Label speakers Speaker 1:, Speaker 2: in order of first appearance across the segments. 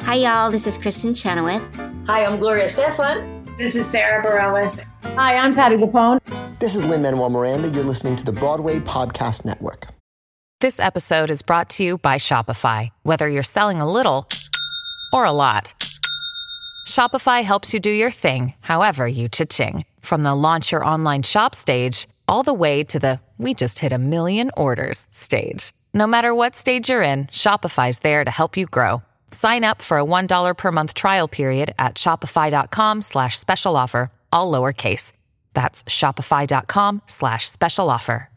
Speaker 1: Hi, y'all. This is Kristen Chenoweth.
Speaker 2: Hi, I'm Gloria Stefan.
Speaker 3: This is Sarah Bareilles.
Speaker 4: Hi, I'm Patty Lapone.
Speaker 5: This is Lynn Manuel Miranda. You're listening to the Broadway Podcast Network.
Speaker 6: This episode is brought to you by Shopify. Whether you're selling a little or a lot, Shopify helps you do your thing, however you cha-ching. From the launch your online shop stage, all the way to the we just hit a million orders stage. No matter what stage you're in, Shopify's there to help you grow. Sign up for a $1 per month trial period at shopify.com slash special offer, all lowercase. That's shopify.com slash special offer.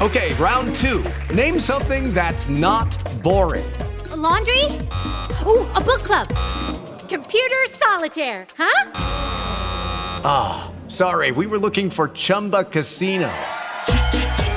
Speaker 7: Okay, round two. Name something that's not boring.
Speaker 8: laundry? Ooh, a book club. Computer solitaire, huh?
Speaker 7: Sorry, we were looking for Chumba Casino.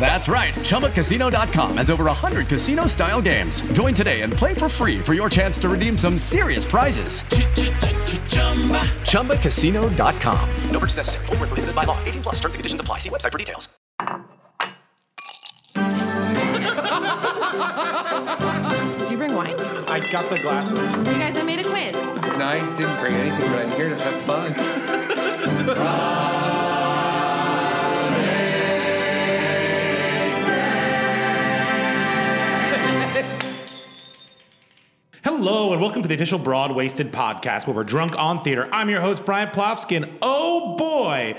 Speaker 7: That's right. ChumbaCasino.com has over 100 casino style games. Join today and play for free for your chance to redeem some serious prizes. ChumbaCasino.com. No purchase necessary. Void where prohibited by law. 18 plus terms and conditions apply. See website for details.
Speaker 9: Did you bring wine?
Speaker 10: I got the glasses.
Speaker 9: You guys, I made a quiz.
Speaker 10: No, I didn't bring anything, but I'm here to have fun. Hello, and welcome to the official Broad Wasted podcast where we're drunk on theater. I'm your host, Brian Plofskin. Oh boy!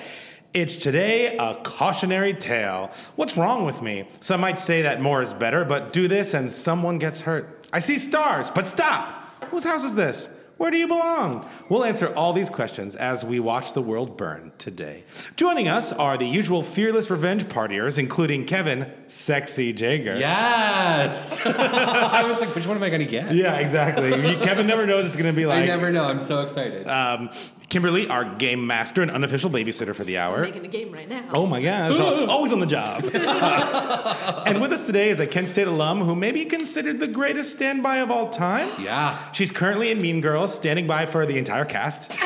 Speaker 10: It's today a cautionary tale. What's wrong with me? Some might say that more is better, but do this and someone gets hurt. I see stars, but stop! Whose house is this? Where do you belong? We'll answer all these questions as we watch the world burn today. Joining us are the usual fearless revenge partiers, including Kevin, sexy Jager.
Speaker 11: Yes. I was like, which one am I going to get?
Speaker 10: Yeah, exactly. You- Kevin never knows it's going to be like.
Speaker 11: I never know. I'm so excited.
Speaker 10: Um, Kimberly, our game master and unofficial babysitter for the hour.
Speaker 9: Making a game right now.
Speaker 10: Oh my gosh, always on the job. and with us today is a Kent State alum who may be considered the greatest standby of all time.
Speaker 11: yeah.
Speaker 10: She's currently in Mean Girls, standing by for the entire cast. but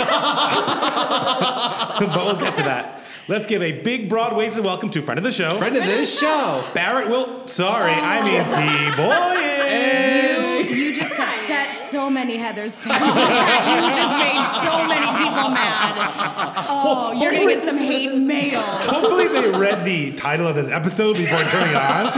Speaker 10: we'll get to that. Let's give a big, broad waisted welcome to friend of the show,
Speaker 11: Friend of this show.
Speaker 10: Barrett Will. Sorry, I mean T.
Speaker 11: Oh.
Speaker 10: Boyens.
Speaker 12: You just upset so many Heather's fans with that. You just made so many people mad. Oh, you're gonna get some hate mail.
Speaker 10: Hopefully, they read the title of this episode before turning it on.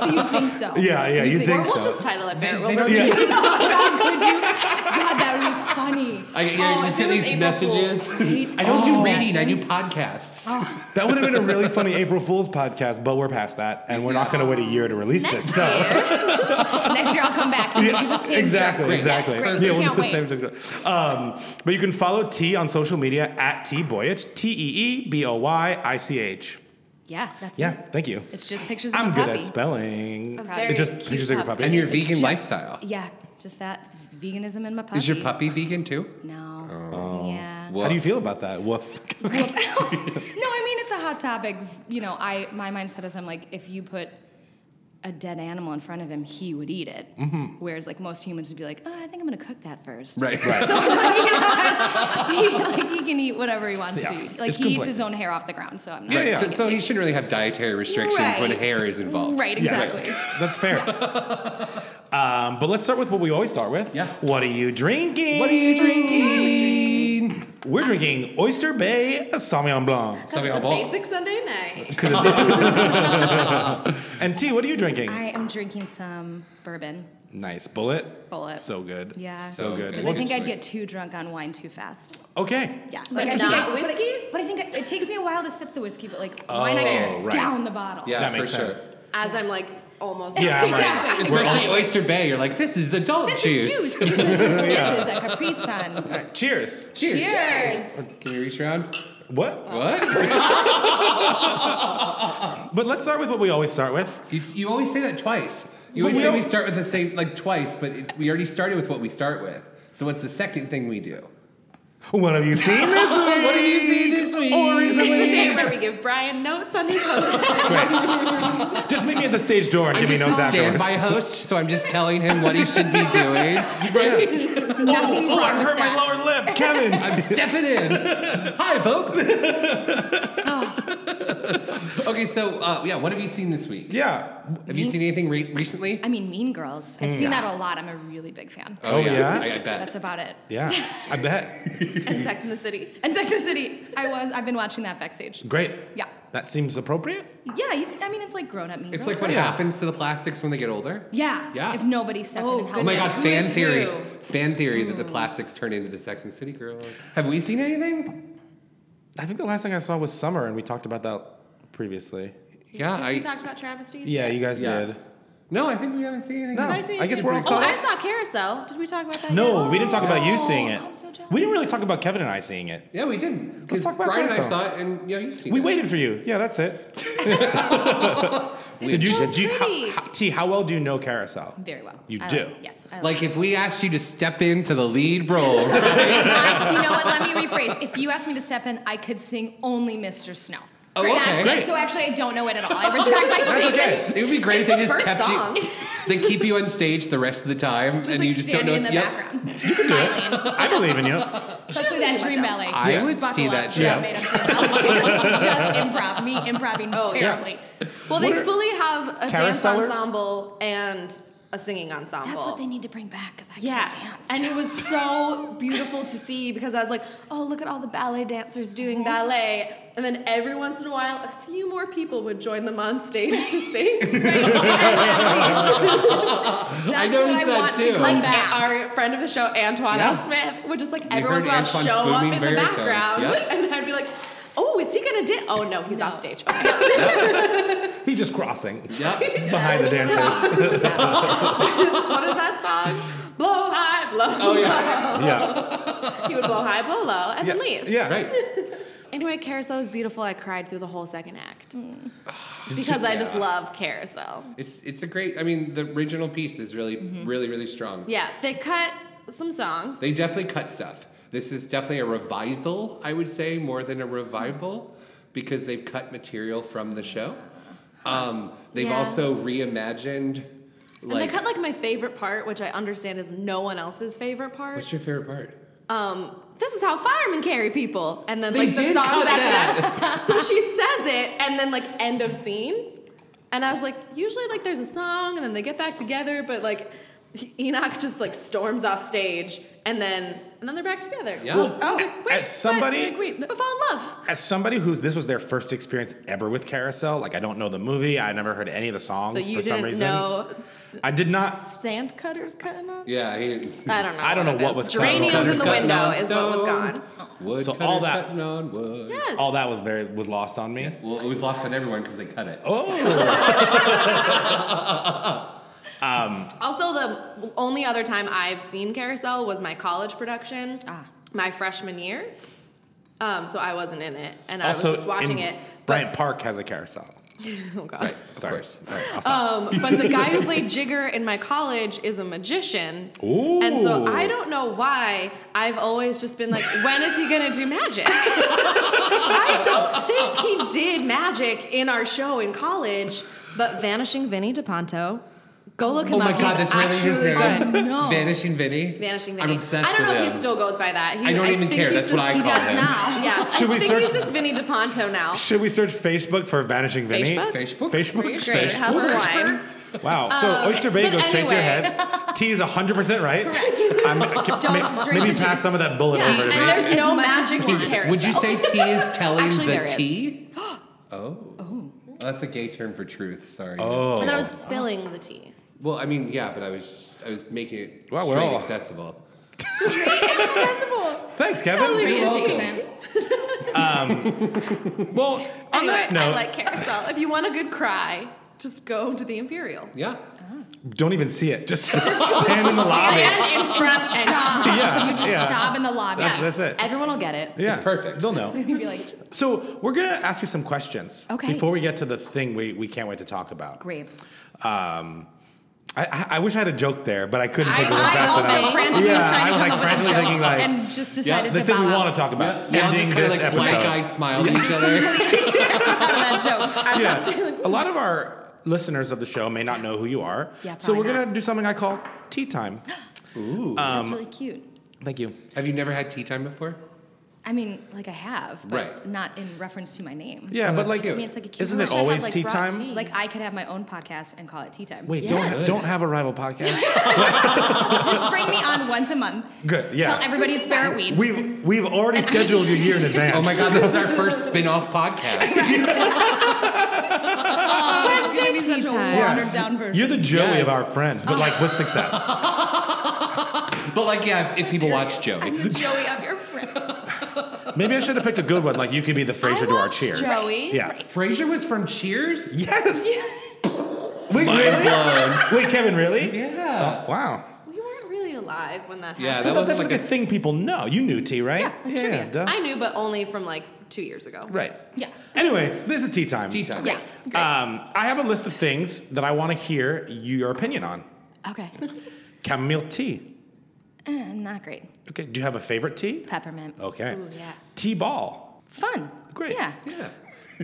Speaker 12: So you think so?
Speaker 10: Yeah, yeah, you think
Speaker 9: We'll
Speaker 10: so.
Speaker 9: just title it Barrett.
Speaker 12: They don't
Speaker 10: Yeah.
Speaker 12: do Oh, God, could you? God, that would be funny.
Speaker 11: I yeah,
Speaker 12: Oh,
Speaker 11: you just
Speaker 12: if it
Speaker 11: get
Speaker 12: was
Speaker 11: these
Speaker 12: April
Speaker 11: messages.
Speaker 12: Fool's, hate-
Speaker 11: I don't do
Speaker 12: Oh.
Speaker 11: reading. I do podcasts.
Speaker 10: That would have been a really funny April Fool's podcast, but we're past that, and we're not going to wait a year to release this.
Speaker 9: Next
Speaker 10: So.
Speaker 12: Next year I'll come back and do the same
Speaker 10: exactly,
Speaker 12: joke.
Speaker 10: exactly.
Speaker 12: Yes, great.
Speaker 10: yeah, we'll
Speaker 12: Can't
Speaker 10: do the
Speaker 12: wait.
Speaker 10: same joke. Um, but you can follow T on social media at T Boyich, T E E B O Y I C H.
Speaker 12: Yeah, that's
Speaker 10: Yeah,
Speaker 12: it.
Speaker 10: thank you.
Speaker 12: It's just pictures of
Speaker 10: I'm
Speaker 12: a
Speaker 10: good
Speaker 12: puppy.
Speaker 10: at spelling.
Speaker 12: very
Speaker 10: It's just
Speaker 12: cute
Speaker 10: pictures of your
Speaker 12: puppy.
Speaker 10: puppy.
Speaker 11: And your
Speaker 12: It's
Speaker 11: vegan
Speaker 12: just-
Speaker 11: lifestyle.
Speaker 12: Yeah, just that veganism and my puppy.
Speaker 11: Is your puppy vegan too? Oh.
Speaker 12: No. Yeah.
Speaker 10: How do you feel about that? Woof.
Speaker 12: No, I mean it's a hot topic. You know, I my mindset is I'm like if you put a dead animal in front of him, he would eat it. Whereas like most humans would be like, oh, I think I'm gonna cook that first.
Speaker 11: Mm-hmm. Right, right.
Speaker 12: So I'm like, you know, he, like he can eat whatever he wants
Speaker 10: Yeah,
Speaker 12: to eat. Like
Speaker 10: it's
Speaker 12: he eats his
Speaker 10: conflicting.
Speaker 12: own hair off the ground. So I'm not.
Speaker 11: Right.
Speaker 10: yeah.
Speaker 11: So, so he shouldn't really have dietary restrictions when
Speaker 12: Right.
Speaker 11: hair is involved.
Speaker 12: Right.
Speaker 10: Yes.
Speaker 12: Exactly.
Speaker 10: That's fair. Um, but let's start with what we always start with.
Speaker 11: Yeah.
Speaker 10: What are you drinking?
Speaker 11: What are you drinking?
Speaker 10: We're drinking Oyster Bay Sauvignon Blanc.
Speaker 11: Sauvignon Blanc.
Speaker 9: Basic Sunday night.
Speaker 10: And T, what are you drinking?
Speaker 12: I am drinking some bourbon.
Speaker 10: nice bullet.
Speaker 12: Bullet.
Speaker 10: So good.
Speaker 12: Yeah.
Speaker 10: So good.
Speaker 12: Because I think I'd
Speaker 11: choice.
Speaker 12: get too drunk on wine too fast.
Speaker 10: Okay.
Speaker 12: Yeah. Like, I think
Speaker 9: Not
Speaker 12: I- but I-
Speaker 9: whiskey?
Speaker 12: But I think I- it takes me a while to sip the whiskey, but like wine, I
Speaker 10: Oh,
Speaker 12: go
Speaker 10: right.
Speaker 12: down the bottle.
Speaker 11: Yeah,
Speaker 10: That makes
Speaker 11: for sure.
Speaker 10: sense.
Speaker 9: As I'm like almost.
Speaker 10: Yeah, I'm right.
Speaker 12: Exactly.
Speaker 11: Especially Oyster Bay, you're like, this is adult
Speaker 12: This
Speaker 11: juice.
Speaker 12: is juice. this is a Capri Sun.
Speaker 10: Cheers.
Speaker 11: Cheers.
Speaker 9: Cheers.
Speaker 11: Can you reach around?
Speaker 10: What?
Speaker 11: What?
Speaker 10: But let's start with what we always start with.
Speaker 11: you, you always say that twice. You always
Speaker 10: But we
Speaker 11: say we
Speaker 10: don't-
Speaker 11: start with the same, like twice, but it, we already started with what we start with. So what's the second thing we do?
Speaker 10: What have you seen this week?
Speaker 11: What have you seen this week?
Speaker 10: Or
Speaker 9: It's the day
Speaker 10: recently?
Speaker 9: where we give Brian notes on his host.
Speaker 10: Great. Just meet me at the stage door and
Speaker 11: I'm
Speaker 10: give me
Speaker 11: just a
Speaker 10: notes afterwards.
Speaker 11: standby host, so I'm just telling him what he should be doing. Right? oh.
Speaker 12: There's nothing
Speaker 10: oh, I
Speaker 12: wrong with
Speaker 10: hurt my
Speaker 12: that.
Speaker 10: lower lip, Kevin.
Speaker 11: I'm stepping in. Hi, folks. okay, so uh, yeah, what have you seen this week?
Speaker 10: yeah.
Speaker 11: Have you seen anything re- recently?
Speaker 12: I mean, Mean Girls. I've seen that a lot. I'm a really big fan.
Speaker 10: Oh, yeah?
Speaker 11: I, I bet.
Speaker 12: That's about it.
Speaker 10: Yeah. I bet.
Speaker 9: and Sex in the City.
Speaker 12: And Sex and the City. I was. I've been watching that backstage.
Speaker 10: Great.
Speaker 12: Yeah.
Speaker 10: That seems appropriate.
Speaker 12: Yeah. You, I mean, it's like grown up Mean
Speaker 11: it's
Speaker 12: Girls.
Speaker 11: like what
Speaker 10: yeah.
Speaker 11: happens to the plastics when they get older.
Speaker 12: yeah.
Speaker 11: Yeah.
Speaker 12: If nobody stepped in and helped.
Speaker 11: Oh my
Speaker 12: us.
Speaker 11: god,
Speaker 9: Who
Speaker 11: fan
Speaker 9: is
Speaker 11: theories.
Speaker 9: who?
Speaker 11: Fan theory that the
Speaker 12: Mm.
Speaker 11: plastics turn into the Sex and the City girls. Have we seen anything?
Speaker 10: I think the last thing I saw was Summer, and we talked about that previously.
Speaker 11: Yeah,
Speaker 9: Did
Speaker 11: I
Speaker 9: we talked about travesties?
Speaker 10: Yeah, you guys
Speaker 11: yes. No, I think we haven't seen anything.
Speaker 10: No.
Speaker 9: Did I, see
Speaker 10: I guess
Speaker 9: anything?
Speaker 10: we're all
Speaker 9: Oh,
Speaker 10: caught
Speaker 9: I
Speaker 10: up.
Speaker 9: saw Oh, Carousel. Did we talk about that?
Speaker 10: did. No,
Speaker 9: yet?
Speaker 10: we didn't talk about you seeing it.
Speaker 12: I'm so jealous.
Speaker 10: we didn't really talk about Kevin and I seeing it.
Speaker 11: Yeah, we didn't.
Speaker 10: Let's
Speaker 11: 'Cause
Speaker 10: talk about
Speaker 11: Brian and I
Speaker 10: Carousel.
Speaker 11: saw it, and yeah, you seen
Speaker 10: We
Speaker 11: it.
Speaker 10: waited for you. Yeah, that's it. Did you,
Speaker 9: so
Speaker 10: do you how,
Speaker 9: pretty.
Speaker 10: how, T, how well do you know Carousel?
Speaker 12: Very well.
Speaker 10: You
Speaker 12: I
Speaker 10: do.
Speaker 12: Like, yes. I
Speaker 11: Like if we asked you to step into the lead role, right?
Speaker 12: I, you know what? Let me rephrase. If you asked me to step in, I could sing only Mr. Snow.
Speaker 11: Oh,
Speaker 12: For
Speaker 11: okay.
Speaker 12: that's-
Speaker 11: Great.
Speaker 12: So actually, I don't know it at all. I retract my
Speaker 10: That's
Speaker 12: statement.
Speaker 10: okay.
Speaker 11: it would be great if they
Speaker 9: It's the
Speaker 11: just kept
Speaker 9: first song.
Speaker 11: you. They keep you on stage the rest of the time,
Speaker 12: Just
Speaker 11: and
Speaker 12: like
Speaker 11: you just don't
Speaker 12: standing
Speaker 11: know.
Speaker 12: in the
Speaker 11: yep.
Speaker 12: background, smiling.
Speaker 10: I believe in you.
Speaker 12: Especially
Speaker 9: She doesn't
Speaker 12: that
Speaker 9: do
Speaker 12: dream
Speaker 9: much
Speaker 12: ballet.
Speaker 9: else.
Speaker 11: I
Speaker 12: Just
Speaker 11: would
Speaker 12: buckle
Speaker 11: see
Speaker 12: up.
Speaker 11: that
Speaker 12: She got
Speaker 11: show.
Speaker 12: made up to it. Just improv. Me improving
Speaker 11: Oh,
Speaker 12: terribly.
Speaker 9: Well, they fully have a dance
Speaker 10: Carousellers?
Speaker 9: ensemble and a singing ensemble.
Speaker 12: That's what they need to bring back because I
Speaker 9: Yeah,
Speaker 12: can't dance.
Speaker 9: and it was so beautiful to see because I was like, "Oh, look at all the ballet dancers doing ballet," and then every once in a while, a few more people would join them on stage to sing.
Speaker 11: I
Speaker 9: That's
Speaker 11: noticed
Speaker 9: what I
Speaker 11: that
Speaker 9: want to
Speaker 11: too.
Speaker 12: Like
Speaker 9: like
Speaker 12: back.
Speaker 9: our friend of the show, Antoine
Speaker 11: Yeah.
Speaker 9: L. Smith, would just like every once
Speaker 11: heard
Speaker 9: in a while
Speaker 11: Antoine's
Speaker 9: show up
Speaker 11: booming
Speaker 9: in the
Speaker 11: baritone.
Speaker 9: background,
Speaker 11: Yeah.
Speaker 9: and I'd be like, "Oh, is he gonna dance? Oh no, he's off stage." Okay.
Speaker 10: He's just crossing
Speaker 11: Yep.
Speaker 10: behind the dancers.
Speaker 9: what is that song? Blow high, blow.
Speaker 11: Oh yeah.
Speaker 10: yeah.
Speaker 9: He would blow high, blow low, and
Speaker 10: Yeah.
Speaker 9: then leave.
Speaker 10: Yeah.
Speaker 11: Right.
Speaker 9: Anyway, Carousel was beautiful. I cried through the whole second act
Speaker 11: Mm.
Speaker 9: because I just love Carousel.
Speaker 11: It's it's a great. I mean, the original piece is really,
Speaker 12: Mm-hmm.
Speaker 11: really, really strong.
Speaker 9: Yeah, they cut some songs.
Speaker 11: They definitely cut stuff. This is definitely a revisal, I would say, more than a revival, because they've cut material from the show. Um, they've
Speaker 9: Uh, Yeah.
Speaker 11: also reimagined.
Speaker 9: and they
Speaker 11: Like,
Speaker 9: cut like my favorite part, which I understand is no one else's favorite part.
Speaker 11: what's your favorite part?
Speaker 9: um, this is how firemen carry people. And then
Speaker 11: They
Speaker 9: like the
Speaker 11: did
Speaker 9: songs after
Speaker 11: cut
Speaker 9: that. so she says it and then like end of scene. And I was like, usually like there's a song and then they get back together, but like Enoch just like storms off stage and then and then they're back together.
Speaker 11: Yeah. Well,
Speaker 9: I was like, wait,
Speaker 10: as somebody-
Speaker 9: what? Like, wait, but fall in love.
Speaker 10: As somebody who's this was their first experience ever with Carousel, like I don't know the movie, I never heard any of the songs
Speaker 9: So you
Speaker 10: for some
Speaker 9: didn't
Speaker 10: reason.
Speaker 9: know
Speaker 10: I did not.
Speaker 9: sand cutters cutting on?
Speaker 11: Yeah, he,
Speaker 9: I don't know.
Speaker 10: I don't know
Speaker 9: it
Speaker 10: what
Speaker 9: is.
Speaker 10: was cut.
Speaker 9: geraniums in
Speaker 10: Cutters
Speaker 9: the
Speaker 11: cutting
Speaker 9: window
Speaker 11: on
Speaker 9: is what was
Speaker 11: stone.
Speaker 9: gone.
Speaker 11: wood
Speaker 10: So
Speaker 11: cutters
Speaker 10: all that-
Speaker 11: cutting on wood.
Speaker 9: Yes.
Speaker 10: All that was very was lost on me.
Speaker 11: Well, it was lost on everyone because they cut it.
Speaker 10: Oh,
Speaker 9: Also, the only other time I've seen Carousel was my college production, my freshman year. Um, so I wasn't in it, and I
Speaker 10: also
Speaker 9: was just watching
Speaker 10: in-
Speaker 9: it.
Speaker 10: Bryant Park has a Carousel.
Speaker 9: Oh god!
Speaker 10: Sorry.
Speaker 11: course.
Speaker 10: All right, I'll stop.
Speaker 9: Um, but the guy who played Jigger in my college is a magician, and so
Speaker 10: Ooh.
Speaker 9: I don't know why I've always just been like, when is he gonna do magic? I don't think he did magic in our show in college, but Vanishing Vinny DePonto. Go look him
Speaker 11: Oh
Speaker 9: up.
Speaker 11: my god,
Speaker 9: He's
Speaker 11: that's really his
Speaker 9: actually
Speaker 11: name.
Speaker 9: good.
Speaker 11: Vanishing Vinny.
Speaker 9: Vanishing Vinny.
Speaker 11: I'm obsessed
Speaker 9: I don't
Speaker 11: with
Speaker 9: know
Speaker 11: him.
Speaker 9: if he still goes by that. He,
Speaker 11: I don't even
Speaker 9: think
Speaker 11: care.
Speaker 9: he's
Speaker 11: That's what I
Speaker 9: just-
Speaker 11: call
Speaker 12: he does
Speaker 11: him.
Speaker 12: now.
Speaker 9: Yeah,
Speaker 10: Should
Speaker 9: I
Speaker 10: we
Speaker 9: think
Speaker 10: search-
Speaker 9: he's just Vinny DePonto now.
Speaker 10: Should we search Facebook for Vanishing Vinny?
Speaker 9: Facebook?
Speaker 11: Facebook?
Speaker 10: Facebook.
Speaker 9: Great, how's the wine?
Speaker 10: Wow. So oyster bay
Speaker 9: Uh, but
Speaker 10: goes straight to your
Speaker 9: anyway.
Speaker 10: head. T is 100% right. Correct. I'm,
Speaker 12: Don't
Speaker 10: may-
Speaker 12: drink
Speaker 10: maybe
Speaker 12: the
Speaker 10: pass
Speaker 12: juice.
Speaker 10: some of that bullet
Speaker 9: Yeah,
Speaker 10: over to
Speaker 9: and
Speaker 10: me.
Speaker 9: there's no
Speaker 12: much as you
Speaker 9: magic in carousel.
Speaker 11: Would you say T is telling
Speaker 9: Actually, there
Speaker 11: the
Speaker 9: is.
Speaker 11: T? Oh. Oh. That's a gay term for truth. Sorry.
Speaker 10: Oh.
Speaker 9: I thought I was spilling the tea.
Speaker 11: Well, I mean, yeah, but I was just I was making it
Speaker 10: Wow, we're
Speaker 11: straight
Speaker 10: all-
Speaker 11: accessible.
Speaker 12: Accessible.
Speaker 10: Thanks, Kevin.
Speaker 12: Very adjacent.
Speaker 10: Well, on
Speaker 9: Anyway,
Speaker 10: that note,
Speaker 9: I like carousel. If you want a good cry, just go to the
Speaker 12: Oh.
Speaker 9: Imperial.
Speaker 11: Yeah.
Speaker 10: don't even see it. Just stand in the lobby.
Speaker 12: Stand in front and sob.
Speaker 10: Yeah,
Speaker 12: You just
Speaker 10: yeah.
Speaker 12: sob in the lobby.
Speaker 10: That's, that's it.
Speaker 9: Everyone will get it.
Speaker 10: Yeah,
Speaker 11: perfect.
Speaker 10: They'll know.
Speaker 12: You'd be like,
Speaker 10: So we're gonna ask you some questions
Speaker 12: Okay.
Speaker 10: before we get to the thing we, we can't wait to talk about.
Speaker 12: great.
Speaker 10: Um, I, I, I wish I had a joke there, but I couldn't
Speaker 12: I,
Speaker 10: think of it
Speaker 12: I
Speaker 10: fast
Speaker 12: also
Speaker 10: enough.
Speaker 12: frantically
Speaker 10: yeah,
Speaker 12: was trying to
Speaker 10: I was
Speaker 12: come
Speaker 10: like
Speaker 12: up
Speaker 10: frantically
Speaker 12: with a joke
Speaker 10: thinking like
Speaker 12: and just decided
Speaker 10: the
Speaker 12: to
Speaker 10: thing
Speaker 12: bow
Speaker 10: we
Speaker 12: out.
Speaker 10: want to talk about.
Speaker 11: Yeah,
Speaker 10: ending
Speaker 11: just kind of
Speaker 10: this
Speaker 11: like
Speaker 10: episode.
Speaker 11: black-eyed smile at each other.
Speaker 12: out of that joke. I was about to say, like,
Speaker 10: yeah. a lot of our listeners of the show may not know who you are.
Speaker 12: Yeah,
Speaker 10: so we're
Speaker 12: probably
Speaker 10: gonna
Speaker 12: not.
Speaker 10: do something I call tea time.
Speaker 12: that's really cute.
Speaker 10: Thank you.
Speaker 11: Have you never had tea time before?
Speaker 12: I mean, like I have, but
Speaker 11: Right. Oh,
Speaker 12: not in reference to my name.
Speaker 10: Yeah, but
Speaker 11: that's
Speaker 10: like,
Speaker 11: cute.
Speaker 12: I mean, it's like a cute.
Speaker 10: isn't it
Speaker 12: I wish I had,
Speaker 10: always
Speaker 12: like,
Speaker 10: tea
Speaker 12: brought
Speaker 10: time?
Speaker 12: tea. Like I could have my own podcast and call it tea time.
Speaker 10: Wait,
Speaker 12: yeah.
Speaker 10: don't don't have a rival podcast.
Speaker 12: just bring me on once a month.
Speaker 10: Good, yeah.
Speaker 12: Tell everybody it's Barrett Weed.
Speaker 10: We've we've already scheduled your year in advance.
Speaker 11: Oh my god, this is our first spin-off podcast.
Speaker 12: It's gonna be such a
Speaker 9: time.
Speaker 12: watered down version.
Speaker 10: You're the Joey
Speaker 11: Yes.
Speaker 10: of our friends, but
Speaker 12: Oh.
Speaker 10: like with success.
Speaker 11: But like, yeah, if, if people watch
Speaker 12: I'm
Speaker 11: Joey.
Speaker 12: the Joey of your friends.
Speaker 10: Maybe I should have picked a good one. Like you could be the Fraser to our Cheers.
Speaker 9: Joey.
Speaker 10: Yeah.
Speaker 11: Frasier was from Cheers?
Speaker 10: Yes. Wait, really? Wait, Kevin, really? Oh,
Speaker 11: Yeah.
Speaker 10: Wow.
Speaker 9: We weren't really alive when that
Speaker 11: Yeah,
Speaker 9: happened.
Speaker 11: that
Speaker 10: That
Speaker 11: was
Speaker 10: that's
Speaker 11: like
Speaker 10: like a
Speaker 11: a
Speaker 10: thing people know. You knew T, right?
Speaker 12: Yeah, trivia.
Speaker 10: duh.
Speaker 9: I knew, but only from like two years ago.
Speaker 10: Right.
Speaker 12: Yeah.
Speaker 10: Anyway, this is tea time.
Speaker 11: tea time.
Speaker 12: Yeah. Great.
Speaker 10: Um, I have a list of things that I want to hear your opinion on.
Speaker 12: okay.
Speaker 10: Chamomile tea.
Speaker 12: Uh, not great.
Speaker 10: Okay. Do you have a favorite tea?
Speaker 12: Peppermint.
Speaker 10: Okay.
Speaker 12: yeah.
Speaker 10: Tea ball.
Speaker 12: Fun.
Speaker 10: Great.
Speaker 12: Yeah.
Speaker 11: Yeah.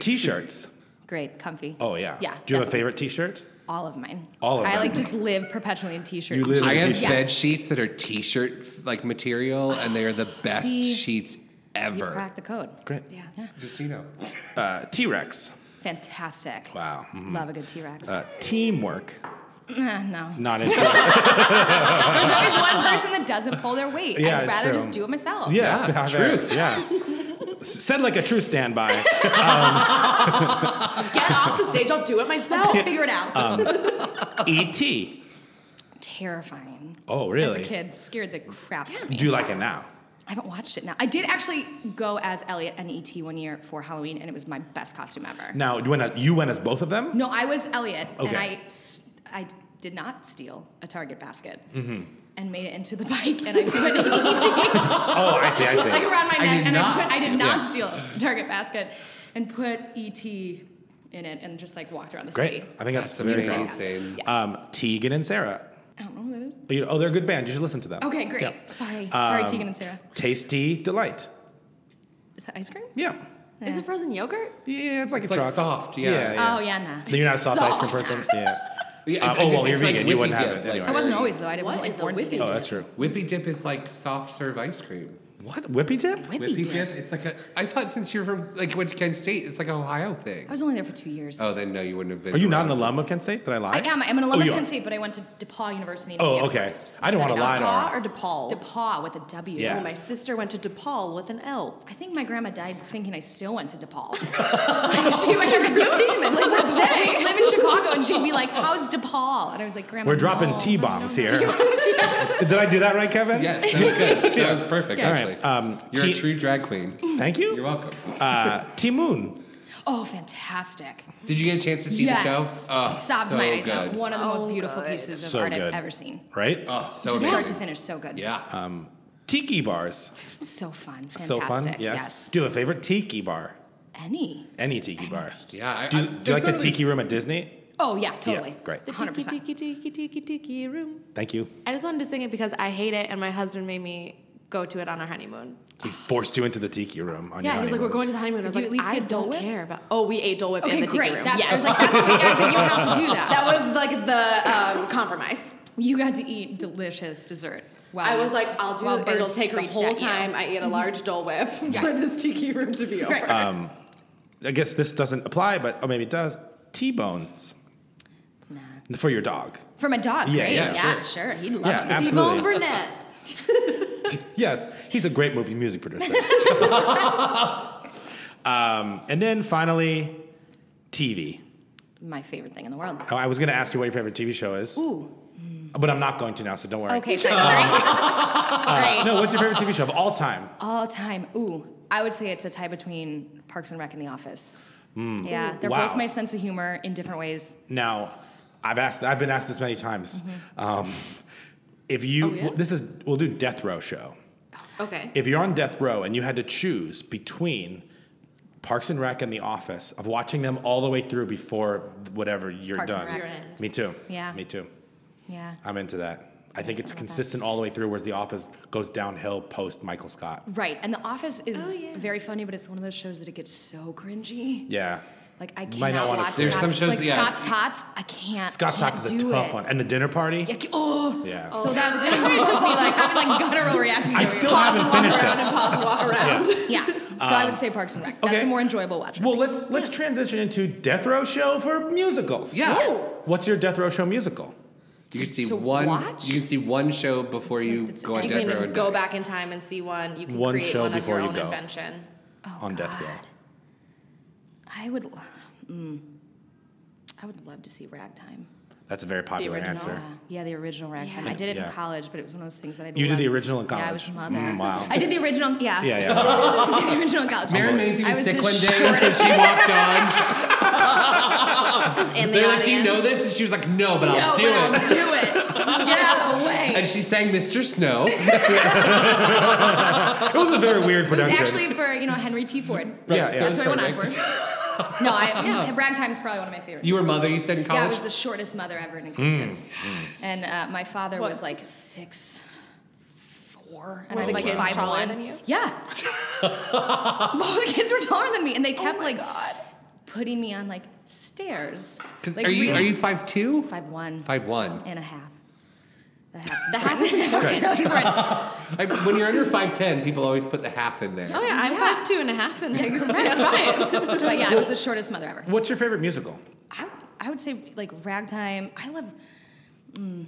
Speaker 10: T-shirts.
Speaker 12: Great. Comfy.
Speaker 10: Oh yeah.
Speaker 12: Yeah.
Speaker 10: Do you have a
Speaker 12: definitely.
Speaker 10: favorite T-shirt?
Speaker 12: All of mine.
Speaker 10: All of
Speaker 12: I
Speaker 10: them.
Speaker 12: like just live perpetually in t-shirts.
Speaker 10: You live in
Speaker 11: I have
Speaker 10: Yes.
Speaker 11: bed sheets that are t-shirt like material, and they are the best
Speaker 12: See?
Speaker 11: sheets
Speaker 12: You
Speaker 11: ever.
Speaker 12: cracked the code.
Speaker 10: Great.
Speaker 12: Yeah. yeah.
Speaker 11: Just so you know.
Speaker 10: Uh, T-Rex.
Speaker 12: Fantastic.
Speaker 10: Wow. Mm.
Speaker 12: Love a good T-Rex.
Speaker 10: Uh, teamwork.
Speaker 12: Eh, no.
Speaker 10: Not into.
Speaker 12: There's always one person that doesn't pull their weight.
Speaker 10: Yeah,
Speaker 12: I'd
Speaker 10: it's
Speaker 12: rather
Speaker 10: true.
Speaker 12: just do it myself.
Speaker 10: Yeah,
Speaker 11: Yeah,
Speaker 10: fair.
Speaker 11: truth.
Speaker 10: Yeah. S- Said like a true standby.
Speaker 12: Get off the stage. I'll do it myself. Just figure it out.
Speaker 10: Uh, E E.T.
Speaker 12: Terrifying.
Speaker 10: Oh, really?
Speaker 12: As a kid, scared the crap out of me.
Speaker 10: Do you like it now?
Speaker 12: I haven't watched it now. I did actually go as Elliot and ET one year for Halloween, and it was my best costume ever.
Speaker 10: Now, you went, as, you went as both of them?
Speaker 12: No, I was Elliot,
Speaker 10: Okay.
Speaker 12: and I, s- I did not steal a Target basket
Speaker 10: Mm-hmm.
Speaker 12: and made it into the bike, and I put an ET
Speaker 10: Oh, I see, I
Speaker 12: like
Speaker 10: see.
Speaker 12: around my
Speaker 11: I
Speaker 12: neck,
Speaker 11: did
Speaker 12: and
Speaker 11: not
Speaker 12: I, put, I
Speaker 11: steal-
Speaker 12: did not
Speaker 11: yeah.
Speaker 12: steal a Target basket, and put ET in it, and just like walked around the
Speaker 10: Great.
Speaker 12: city.
Speaker 10: I think that's,
Speaker 11: That's
Speaker 10: very
Speaker 11: amazing.
Speaker 10: cool.
Speaker 11: Amazing.
Speaker 12: Yeah.
Speaker 10: Um, Tegan and Sarah.
Speaker 12: I don't know who that is.
Speaker 10: You- Oh, they're a good band. You should listen to them.
Speaker 12: Okay, great.
Speaker 10: Yeah.
Speaker 12: Sorry, sorry,
Speaker 10: Um,
Speaker 12: Tegan and Sarah.
Speaker 10: Tasty Delight.
Speaker 12: Is that ice cream?
Speaker 10: Yeah.
Speaker 9: Is it frozen yogurt?
Speaker 10: Yeah, it's like
Speaker 11: It's
Speaker 10: a truck.
Speaker 11: like soft, yeah.
Speaker 10: yeah,
Speaker 12: Oh yeah, nah.
Speaker 10: You're not a soft, ice cream person? Yeah.
Speaker 11: Yeah,
Speaker 10: Uh,
Speaker 11: it's-
Speaker 10: oh,
Speaker 11: it's-
Speaker 10: well, you're
Speaker 11: it's like
Speaker 10: vegan. you
Speaker 11: whippy
Speaker 10: wouldn't have
Speaker 11: dip,
Speaker 10: it
Speaker 11: like-
Speaker 10: anyway.
Speaker 12: I wasn't always though. I didn't.
Speaker 9: What
Speaker 12: wasn't,
Speaker 9: is
Speaker 12: like,
Speaker 9: a
Speaker 12: born
Speaker 9: whipping
Speaker 10: Oh, that's true.
Speaker 11: Whippy dip is like soft serve ice cream.
Speaker 10: What? Whippy dip?
Speaker 12: Whippy dip.
Speaker 11: It's like a. I thought since you're from like you went to Kent State, it's like an Ohio thing.
Speaker 12: I was only there for two years.
Speaker 11: Oh, then no, you wouldn't have been.
Speaker 10: Are you not an
Speaker 11: around.
Speaker 10: alum of Kent State? Did I lie?
Speaker 12: I am. I'm an
Speaker 10: Oh,
Speaker 12: alum
Speaker 10: you
Speaker 12: of
Speaker 10: are.
Speaker 12: Kent State, but I went to DePaul University. In
Speaker 10: Oh,
Speaker 12: Indiana
Speaker 10: okay.
Speaker 12: first.
Speaker 10: I didn't wanna
Speaker 12: Instead of
Speaker 10: lie to
Speaker 12: DePaul
Speaker 10: her.
Speaker 12: Uh, or DePaul. DePaul with a W.
Speaker 10: Yeah.
Speaker 9: Oh, my sister went to DePaul with an L.
Speaker 12: I think my grandma died thinking I still went to DePaul. she was a blue demon to this day. Oh. We live in Chicago, and she'd be like, "How's DePaul?" And I was like, "Grandma,
Speaker 10: We're dropping
Speaker 12: no,
Speaker 10: T bombs
Speaker 12: no, no,
Speaker 10: here. Did I do that right, Kevin?
Speaker 11: Yes, that was good. That was perfect.
Speaker 12: All
Speaker 10: right,
Speaker 11: Actually,
Speaker 10: um,
Speaker 11: you're
Speaker 10: tea-
Speaker 11: a true drag queen.
Speaker 10: Thank you.
Speaker 11: You're welcome.
Speaker 10: Uh, T Moon.
Speaker 12: Oh, fantastic!
Speaker 11: Did you get a chance to see
Speaker 12: yes,
Speaker 11: the show? Oh,
Speaker 12: sobbed
Speaker 11: so
Speaker 12: my eyes
Speaker 11: good.
Speaker 12: out. One of the most beautiful
Speaker 9: good.
Speaker 12: pieces of
Speaker 10: So
Speaker 12: art
Speaker 10: good.
Speaker 12: I've ever seen.
Speaker 10: Right?
Speaker 11: Oh, so
Speaker 12: Just
Speaker 11: amazing.
Speaker 12: start to finish, so good.
Speaker 11: Yeah.
Speaker 10: Tiki bars.
Speaker 12: So fun. Fantastic.
Speaker 10: Uh, So fun. Yes. Do you have a favorite tiki bar?
Speaker 12: Any.
Speaker 10: Any tiki bar.
Speaker 11: yeah. I-
Speaker 10: Do you,
Speaker 11: I-
Speaker 10: do you
Speaker 11: just
Speaker 10: like the
Speaker 11: totally-
Speaker 10: tiki room at Disney?
Speaker 12: Oh, yeah, totally.
Speaker 10: great.
Speaker 9: The
Speaker 12: 100%.
Speaker 9: tiki tiki tiki tiki tiki room.
Speaker 10: Thank you.
Speaker 9: I just wanted to sing it because I hate it, and my husband made me go to it on our honeymoon.
Speaker 10: He forced you into the tiki room on
Speaker 9: Yeah,
Speaker 10: your
Speaker 9: he's like,
Speaker 10: honeymoon.
Speaker 9: "We're going to the honeymoon." I was
Speaker 12: you
Speaker 9: like,
Speaker 12: at least
Speaker 9: "I
Speaker 12: get Dole
Speaker 9: don't
Speaker 12: Whip?"
Speaker 9: care about." Oh, we ate Dole Whip in
Speaker 12: Okay,
Speaker 9: the tiki
Speaker 12: great.
Speaker 9: room.
Speaker 12: That's, I
Speaker 9: yes.
Speaker 12: was like, that's sweet. I was like, you have to do that.
Speaker 9: that was like the um, compromise.
Speaker 12: you got to eat delicious dessert. Wow.
Speaker 9: I was like, "I'll do
Speaker 12: While
Speaker 9: it." It'll
Speaker 12: birds
Speaker 9: take the
Speaker 12: screeched
Speaker 9: whole
Speaker 12: at you. Mm-hmm.
Speaker 9: time I eat a large Dole Whip for this tiki room to be over.
Speaker 12: Right.
Speaker 10: I guess this doesn't apply, but oh, maybe it does. T bones
Speaker 12: Nah.
Speaker 10: for your dog.
Speaker 12: From a dog,
Speaker 10: Yeah,
Speaker 12: right?
Speaker 10: yeah,
Speaker 12: sure. He'd love
Speaker 10: Yeah,
Speaker 12: it.
Speaker 10: absolutely.
Speaker 9: T-Bone Burnett.
Speaker 10: Yes, he's a great movie music producer. um, and then finally, TV.
Speaker 12: My favorite thing in the world.
Speaker 10: Oh, I was going to ask you what your favorite TV show is,
Speaker 12: Ooh.
Speaker 10: but I'm not going to now, so don't worry.
Speaker 12: Okay, fine. Great. Great.
Speaker 10: No, what's your favorite TV show of all time?
Speaker 12: All time. Ooh. I would say it's a tie between Parks and Rec and The Office. Yeah, they're
Speaker 10: Wow.
Speaker 12: both my sense of humor in different ways.
Speaker 10: Now, I've asked. I've been asked this many times.
Speaker 12: Mm-hmm.
Speaker 10: Um, if you,
Speaker 12: Oh,
Speaker 10: this is, we'll do death row show.
Speaker 9: Okay.
Speaker 10: If you're on death row and you had to choose between Parks and Rec and The Office, of watching them all the way through before whatever you're
Speaker 12: Parks and
Speaker 10: done.
Speaker 12: Rec. You're
Speaker 9: in.
Speaker 10: Me too.
Speaker 12: Yeah.
Speaker 10: Me too.
Speaker 12: Yeah.
Speaker 10: I'm into that. I think it's consistent all the way through, whereas The Office goes downhill post Michael Scott.
Speaker 12: Right. And The Office is very funny, but it's one of those shows that it gets so cringy.
Speaker 10: Yeah.
Speaker 12: Like I
Speaker 10: Might not
Speaker 12: cannot
Speaker 10: wanna-
Speaker 12: watch
Speaker 10: There's
Speaker 12: Scott's,
Speaker 10: some shows
Speaker 12: like
Speaker 10: that- yeah.
Speaker 12: Scott's Tots. I can't.
Speaker 10: Scott's
Speaker 12: can't
Speaker 10: House is a
Speaker 12: do
Speaker 10: tough
Speaker 12: it.
Speaker 10: one. And the dinner party?
Speaker 12: Yeah, c- oh.
Speaker 10: Yeah.
Speaker 12: So that the dinner party took me like I had like guttural reactions.
Speaker 10: I
Speaker 12: where you
Speaker 10: still
Speaker 12: pause
Speaker 10: haven't
Speaker 12: and walk
Speaker 10: finished
Speaker 12: around
Speaker 10: it.
Speaker 12: And pause and walk around.
Speaker 10: Yeah. Um,
Speaker 12: Yeah. So I would say Parks and Rec. That's
Speaker 10: okay.
Speaker 12: a more enjoyable watch.
Speaker 10: Well, let's let's transition into Death Row Show for musicals.
Speaker 11: Yeah.
Speaker 12: Whoa.
Speaker 10: What's your Death Row Show musical?
Speaker 11: You can see
Speaker 12: to
Speaker 11: one.
Speaker 12: watch?
Speaker 11: You can see one show before you go on
Speaker 9: You
Speaker 11: death row.
Speaker 9: can
Speaker 11: and
Speaker 9: go
Speaker 11: die.
Speaker 9: back in time and see one. You can
Speaker 10: One
Speaker 9: create
Speaker 10: show
Speaker 9: one of
Speaker 10: before
Speaker 9: your
Speaker 10: you
Speaker 9: own
Speaker 10: go.
Speaker 9: invention.
Speaker 10: on Death Row.
Speaker 12: Oh, I would. l- Mm, I would love to see Ragtime.
Speaker 10: That's a very popular
Speaker 9: original.
Speaker 10: answer.
Speaker 12: Yeah, yeah, the original Ragtime. I did it
Speaker 10: Yeah.
Speaker 12: in college, but it was one of those things that I.
Speaker 10: You did the
Speaker 12: loved.
Speaker 10: original in
Speaker 12: Yeah, I was
Speaker 10: college.
Speaker 12: mother.
Speaker 10: Mm, wow.
Speaker 12: I did the original. Yeah.
Speaker 10: Yeah, yeah. wow.
Speaker 12: I did the original in college.
Speaker 11: Mary Maisie
Speaker 12: I
Speaker 11: was sick
Speaker 12: the
Speaker 11: one day and so
Speaker 12: shortest-
Speaker 11: she walked on.
Speaker 9: Who's in the
Speaker 11: They're like, "Do you
Speaker 9: audience?
Speaker 11: know this?" And she was like, "No, but I'll
Speaker 12: No,
Speaker 11: do
Speaker 12: but
Speaker 11: it."
Speaker 12: I'll do it. Get out of the way.
Speaker 11: and she sang Mr. Snow.
Speaker 10: It was a very weird
Speaker 12: It was
Speaker 10: production.
Speaker 12: actually for you know Henry T. Ford.
Speaker 10: Yeah, yeah.
Speaker 12: So that's what I went on
Speaker 11: Perfect.
Speaker 12: for. No, I yeah, ragtime is probably one of my favorites.
Speaker 11: You were mother, you said in
Speaker 12: Yeah, I
Speaker 11: college? Mm.
Speaker 12: was the shortest mother ever in existence, and uh, my father was like six four, and
Speaker 9: Were
Speaker 12: I'm
Speaker 9: the
Speaker 12: like
Speaker 9: kids
Speaker 12: five
Speaker 9: taller
Speaker 12: one.
Speaker 9: than you?
Speaker 12: Yeah, both the kids were taller than me, and
Speaker 9: Oh
Speaker 12: they kept like putting me on like stairs.
Speaker 11: 'Cause
Speaker 12: Like,
Speaker 11: are you
Speaker 12: real-
Speaker 11: are you five two?
Speaker 12: five one?
Speaker 11: Five one.
Speaker 12: and a half. The half. The half is the half.
Speaker 11: I, when you're under five ten, people always put the half in there.
Speaker 9: Oh yeah, I'm five two and a half in there. Right.
Speaker 12: But yeah, I was the shortest mother ever.
Speaker 10: What's your favorite musical?
Speaker 12: I, I would say like ragtime. I love. Mm,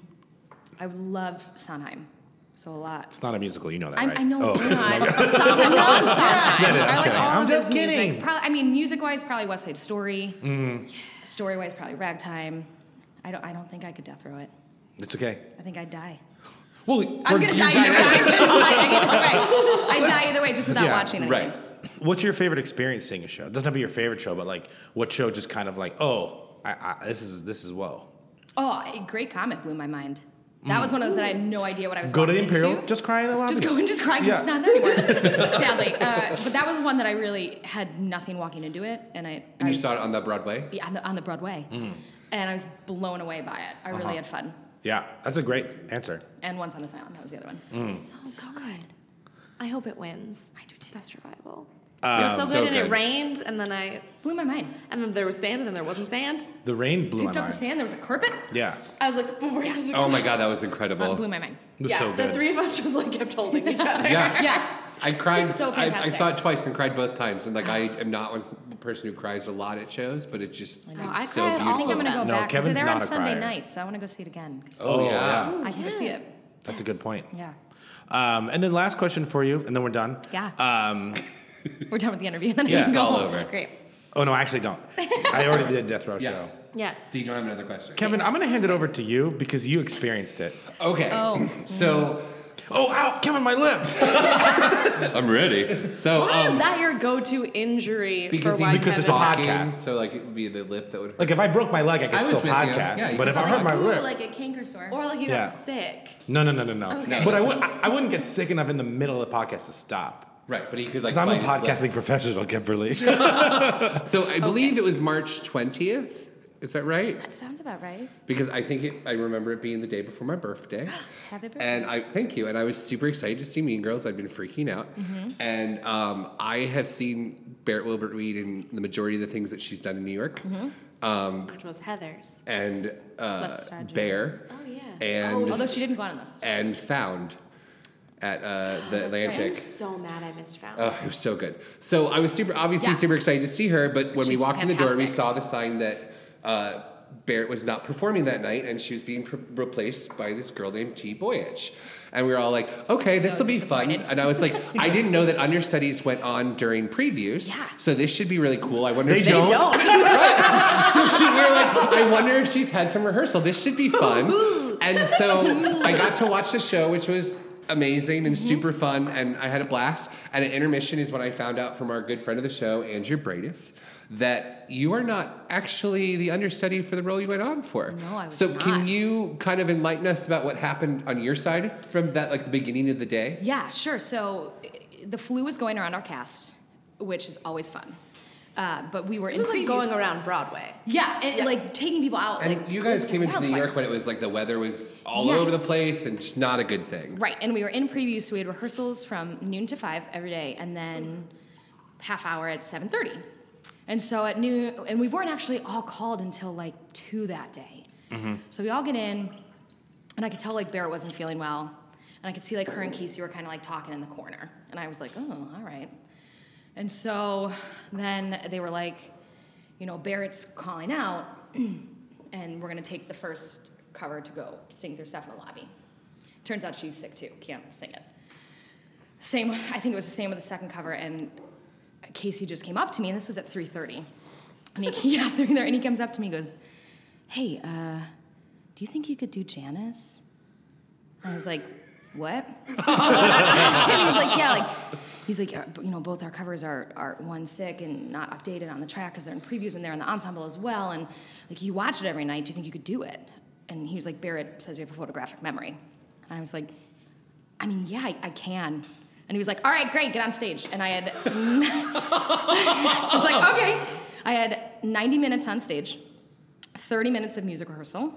Speaker 12: I love Sondheim, so a lot.
Speaker 10: It's not a musical, you know that,
Speaker 12: I,
Speaker 10: right?
Speaker 12: I know
Speaker 10: Oh,
Speaker 12: it's
Speaker 10: okay.
Speaker 12: not Sondheim. Not Sondheim. I like
Speaker 10: kidding.
Speaker 12: all
Speaker 10: I'm
Speaker 12: of
Speaker 10: just
Speaker 12: his
Speaker 10: kidding.
Speaker 12: music. Probably, I mean, music-wise, probably West Side Story.
Speaker 10: Mm-hmm.
Speaker 12: Story-wise, probably Ragtime. I don't. I don't think I could death row it.
Speaker 10: It's okay.
Speaker 12: I think I'd die.
Speaker 10: Well,
Speaker 12: I'm
Speaker 10: we're-
Speaker 12: gonna
Speaker 10: you're
Speaker 12: die
Speaker 10: dying.
Speaker 12: either way. I die either way, just without
Speaker 10: Yeah,
Speaker 12: watching it. I
Speaker 11: Right.
Speaker 12: think.
Speaker 10: What's your favorite experience seeing a show? It doesn't have to be your favorite show, but like, what show just kind of like, oh, I, I, this is this is whoa.
Speaker 12: Oh, a great comic blew my mind. That was one of those that I had no idea what I was.
Speaker 10: Go to the
Speaker 12: walking
Speaker 10: Imperial,
Speaker 12: into.
Speaker 10: just cry in the lobby.
Speaker 12: Just go and just cry because
Speaker 10: Yeah.
Speaker 12: it's not there anymore, sadly. Uh, but that was one that I really had nothing walking into it, and I, I
Speaker 11: And you
Speaker 12: was,
Speaker 11: saw it on the Broadway.
Speaker 12: yeah, on, the, on the Broadway, and I was blown away by it. I really had fun.
Speaker 10: Yeah, that's a great answer. Mm.
Speaker 12: And once on a island, that was the other one.
Speaker 9: So, good. I hope it wins. I do too. Best revival.
Speaker 10: Ah,
Speaker 9: it was so,
Speaker 11: so
Speaker 9: good, and
Speaker 11: good.
Speaker 9: it rained, and then I,
Speaker 12: Blew my mind.
Speaker 9: and then there was sand, and then there wasn't sand.
Speaker 10: The rain blew
Speaker 12: Picked
Speaker 10: my
Speaker 12: up the
Speaker 10: mind.
Speaker 12: sand. There was a carpet.
Speaker 10: Yeah,
Speaker 9: I was like, but where is it?
Speaker 11: Oh my god, that was
Speaker 12: Uh, blew
Speaker 11: incredible.
Speaker 12: my mind.
Speaker 10: it was
Speaker 9: yeah,
Speaker 10: so good.
Speaker 9: the three of us just like kept holding each other.
Speaker 11: Yeah.
Speaker 12: Yeah.
Speaker 11: I cried.
Speaker 12: So
Speaker 11: I, I
Speaker 12: fantastic. Ah.
Speaker 11: saw it twice and cried both times. And like, I am not one person who cries a lot at shows, but it just it's
Speaker 9: I
Speaker 11: so
Speaker 9: cried all
Speaker 11: beautiful.
Speaker 12: I think I'm gonna go
Speaker 10: No,
Speaker 12: back. 'cause
Speaker 10: Kevin's
Speaker 12: They're
Speaker 10: not
Speaker 12: on
Speaker 10: a
Speaker 12: Sunday
Speaker 10: crier.
Speaker 12: night, so I want to go see it again. 'cause
Speaker 10: oh yeah,
Speaker 12: I can go see it.
Speaker 10: that's a good point.
Speaker 12: Yeah.
Speaker 10: Um, and then last question for you, and then we're done.
Speaker 12: Yeah.
Speaker 9: Uh,
Speaker 10: Um,
Speaker 12: We're done with the interview. Then we
Speaker 11: Yeah,
Speaker 12: can
Speaker 11: it's
Speaker 12: go
Speaker 11: all
Speaker 12: home.
Speaker 11: over.
Speaker 12: Great.
Speaker 10: oh no, I actually don't. I already did Death Row
Speaker 11: Yeah.
Speaker 10: Show.
Speaker 9: Yeah.
Speaker 11: So you don't have another question.
Speaker 10: Kevin, I'm gonna hand it over to you because you experienced it.
Speaker 11: Okay.
Speaker 12: Oh.
Speaker 11: So
Speaker 10: Oh, ow, Kevin, my lip.
Speaker 12: Mm-hmm.
Speaker 11: I'm ready. So
Speaker 9: Why
Speaker 11: um,
Speaker 9: is that your go-to injury
Speaker 11: because
Speaker 9: for
Speaker 11: he
Speaker 9: why
Speaker 11: was
Speaker 10: Because it's a
Speaker 9: Kevin-
Speaker 11: talking,
Speaker 10: podcast.
Speaker 11: So like it would be the lip that would.
Speaker 10: Like if I broke my leg, I could
Speaker 11: I was
Speaker 10: still
Speaker 11: with you.
Speaker 10: podcast.
Speaker 11: Yeah, you
Speaker 10: but
Speaker 11: could
Speaker 10: if I
Speaker 11: still
Speaker 10: hurt my
Speaker 12: Ooh,
Speaker 10: lip,
Speaker 12: like a canker sore.
Speaker 9: or like you
Speaker 10: Yeah.
Speaker 9: got sick.
Speaker 10: no, no, no, no, no.
Speaker 9: Okay.
Speaker 10: But I
Speaker 11: No,
Speaker 10: would,
Speaker 11: this
Speaker 10: I I wouldn't get sick enough in the middle of the podcast to stop.
Speaker 11: Right, but he could like.
Speaker 10: Because I'm a
Speaker 11: bite his lip.
Speaker 10: podcasting professional, Kimberly.
Speaker 11: So I believe it was March 20th. Is that right?
Speaker 12: That sounds about right.
Speaker 11: Because I think it, I remember it being the day before my birthday.
Speaker 12: Happy birthday.
Speaker 11: And I thank you. And I was super excited to see Mean Girls. I'd been freaking out.
Speaker 9: Mm-hmm.
Speaker 11: And um, I have seen Barrett Wilbert Weed in the majority of the things that she's done in New York. Um,
Speaker 9: Mm-hmm. Which was Heather's.
Speaker 11: and uh,
Speaker 12: Less tragic.
Speaker 11: Bear.
Speaker 9: Oh yeah.
Speaker 11: And
Speaker 12: Although she didn't go on this.
Speaker 11: and Found at uh, the
Speaker 9: I'm
Speaker 11: Atlantic.
Speaker 9: so mad I missed Found.
Speaker 10: Uh,
Speaker 11: Oh, it was so good. So I was super, obviously
Speaker 12: Yeah.
Speaker 11: super excited to see her. But when
Speaker 12: She's
Speaker 11: we walked in the door, we
Speaker 12: fantastic.
Speaker 11: saw the sign that uh, Barrett was not performing that night, and she was being pr- replaced by this girl named T. Boyich. And we were all like, "Okay, this will be fun."
Speaker 12: disappointed.
Speaker 11: And I was like, "I didn't know that understudies went on during previews,
Speaker 12: Yeah.
Speaker 11: so this should be really cool. I wonder
Speaker 10: They
Speaker 11: if she's-
Speaker 10: don't.
Speaker 11: Right. So she, we were like, I wonder if she's had some rehearsal. This should be fun. And so I got to watch the show, which was amazing and super fun, and I had a blast. And at intermission is when I found out from our good friend of the show, Andrew Bradis, that you are not actually the understudy for the role you went on for.
Speaker 12: No, I was
Speaker 11: So can
Speaker 12: not.
Speaker 11: you kind of enlighten us about what happened on your side from that, like the beginning of the day?
Speaker 12: Yeah, sure. So i- the flu was going around our cast, which is always fun. Uh, but we were
Speaker 9: It
Speaker 12: in
Speaker 9: was like
Speaker 12: previews.
Speaker 9: going around Broadway.
Speaker 12: Yeah, and like taking people out.
Speaker 11: And
Speaker 12: like
Speaker 11: you guys came into New
Speaker 12: wildfire.
Speaker 11: York when it was like the weather was all
Speaker 12: Yes.
Speaker 11: over the place and just not a good thing.
Speaker 12: Right, and we were in previews, so we had rehearsals from noon to five every day, and then half hour at seven thirty. And so at noon, and we weren't actually all called until like two that day. So we all get in, and I could tell like Barrett wasn't feeling well, and I could see like her and Casey were kind of like talking in the corner, and I was like, oh, all right. And so then they were like, you know, Barrett's calling out, and we're gonna take the first cover to go sing through stuff in the lobby. Turns out she's sick too, can't sing it. Same, I think it was the same with the second cover, and Casey just came up to me, and this was at 3:30. And he yeah, three there, and he comes up to me, and goes, "Hey, uh, do you think you could do Janice?" And I was like, "What?" and he was like, "Yeah, like." He's like, "Uh, you know, both our covers are, are one sick and not updated on the track because they're in previews and they're in the ensemble as well. And like, you watch it every night. Do you think you could do it? And he was like, Barrett says we have a photographic memory. And I was like, I mean, yeah, I, I can. And he was like, all right, great, get on stage. And I had, I was like, okay. I had 90 minutes on stage, 30 minutes of music rehearsal,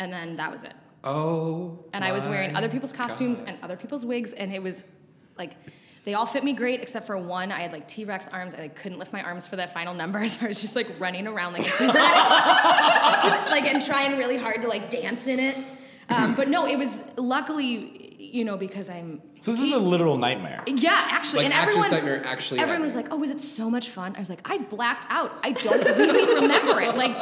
Speaker 12: and then that was it.
Speaker 11: Oh.
Speaker 12: And I was wearing
Speaker 11: my
Speaker 12: other people's costumes
Speaker 11: God.
Speaker 12: and other people's wigs, and it was like, they all fit me great except for one. I had like T Rex arms. I like, couldn't lift my arms for that final number, so I was just like running around like a T Rex, like and trying really hard to like dance in it. Um, but no, it was luckily, you know, because I'm
Speaker 10: So this is a literal nightmare.
Speaker 12: yeah, actually,
Speaker 11: Like,
Speaker 12: and
Speaker 11: actor's
Speaker 12: everyone
Speaker 11: nightmare actually
Speaker 12: everyone was like,
Speaker 11: happened.
Speaker 12: "Oh, was it so much fun?" I was like, "I blacked out. I don't really remember it." Like,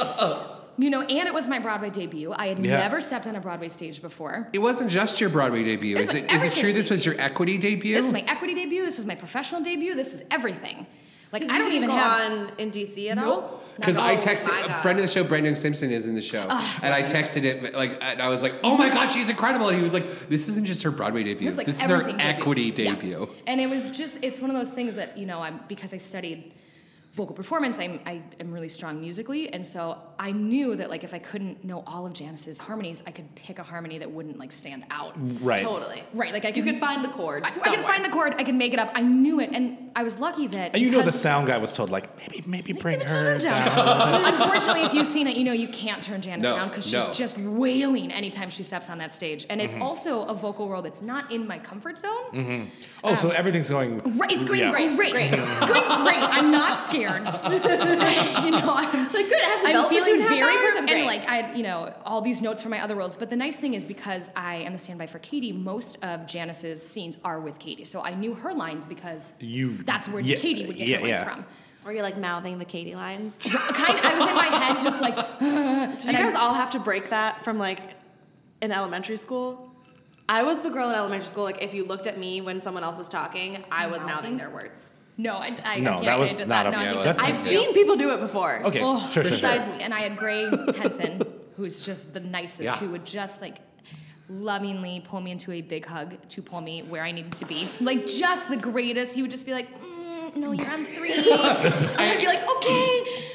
Speaker 12: you know, and it was my Broadway debut. I had
Speaker 10: Yeah.
Speaker 12: never stepped on a Broadway stage before.
Speaker 11: It wasn't just your Broadway debut.
Speaker 12: This
Speaker 11: Is
Speaker 12: was
Speaker 11: it, is it
Speaker 12: everything.
Speaker 11: true this was your equity debut?
Speaker 12: This was my equity debut. This was my professional debut. This was everything. Like,
Speaker 9: 'Cause you
Speaker 12: I don't
Speaker 9: didn't
Speaker 12: even
Speaker 9: go
Speaker 12: have.
Speaker 9: on in DC at all.
Speaker 12: Nope.
Speaker 11: because
Speaker 12: Not
Speaker 11: I
Speaker 12: at all.
Speaker 11: texted
Speaker 9: my
Speaker 11: a
Speaker 9: God.
Speaker 11: friend of the show, Brandon Simpson, is in the show, and I texted it like, and I was like, "Oh my god, she's incredible!" And he was like, "This isn't just her Broadway debut.
Speaker 12: It was like
Speaker 11: this is her
Speaker 12: everything debut.
Speaker 11: equity
Speaker 12: Yeah.
Speaker 11: debut."
Speaker 12: And it was just it's one of those things that, you know, I'm because I studied vocal performance, I'm I am really strong musically, and so I knew that like if I couldn't know all of Janice's harmonies, I could pick a harmony that wouldn't like stand out.
Speaker 10: Right.
Speaker 9: Totally.
Speaker 12: Right, like I
Speaker 9: You
Speaker 12: could
Speaker 9: could find the chord.
Speaker 12: I, I could find the chord, I could make it up. I knew it, and I was lucky that
Speaker 10: And you know the
Speaker 12: because-
Speaker 10: sound guy was told like maybe maybe bring
Speaker 12: Turn
Speaker 10: her
Speaker 12: her down.
Speaker 10: down.
Speaker 12: Unfortunately, if you've seen it, you know you can't turn Janice
Speaker 11: No,
Speaker 12: down because she's
Speaker 11: no.
Speaker 12: just wailing anytime she steps on that stage. And
Speaker 10: Mm-hmm.
Speaker 12: it's also a vocal role that's not in my comfort zone.
Speaker 10: Oh, so everything's going
Speaker 12: Right, it's going
Speaker 10: Yeah.
Speaker 12: great, great, great. It's going great. I'm not scared. you know, I'm
Speaker 9: Like, good, I have to
Speaker 12: I'm
Speaker 9: belt for two and
Speaker 12: feeling
Speaker 9: a half
Speaker 12: very
Speaker 9: hours,
Speaker 12: prepared.
Speaker 9: I'm
Speaker 12: And
Speaker 9: great.
Speaker 12: like I, you know, all these notes for my other roles. But the nice thing is because I am the standby for Katie, most of Janice's scenes are with Katie, so I knew her lines because
Speaker 10: You-
Speaker 12: that's where
Speaker 10: yeah,
Speaker 12: Katie would get
Speaker 10: yeah,
Speaker 12: her lines
Speaker 10: yeah.
Speaker 12: from.
Speaker 9: Were you like mouthing the Katie lines? Do
Speaker 12: Kind I was in my head just like,
Speaker 9: you guys all have to break that from like in elementary school? I was the girl in elementary school. Like, if you looked at me when someone else was talking, I was mouthing their words.
Speaker 12: no, I, I,
Speaker 10: No,
Speaker 12: I can't
Speaker 10: that
Speaker 12: say
Speaker 10: was
Speaker 12: I did
Speaker 10: not
Speaker 12: that.
Speaker 10: a-
Speaker 12: no, I
Speaker 10: yeah,
Speaker 12: think
Speaker 10: that's
Speaker 12: it's-
Speaker 9: I've
Speaker 10: That's
Speaker 9: seen people do it before.
Speaker 10: Okay,
Speaker 12: Oh,
Speaker 10: sure, sure, sure.
Speaker 9: besides-
Speaker 12: me. And I had Gray Henson, who's just the nicest,
Speaker 11: Yeah.
Speaker 12: who would just like lovingly pull me into a big hug to pull me where I needed to be. Like just the greatest. He would just be like, mm, "No, you're on three. and I'd be like, "Okay."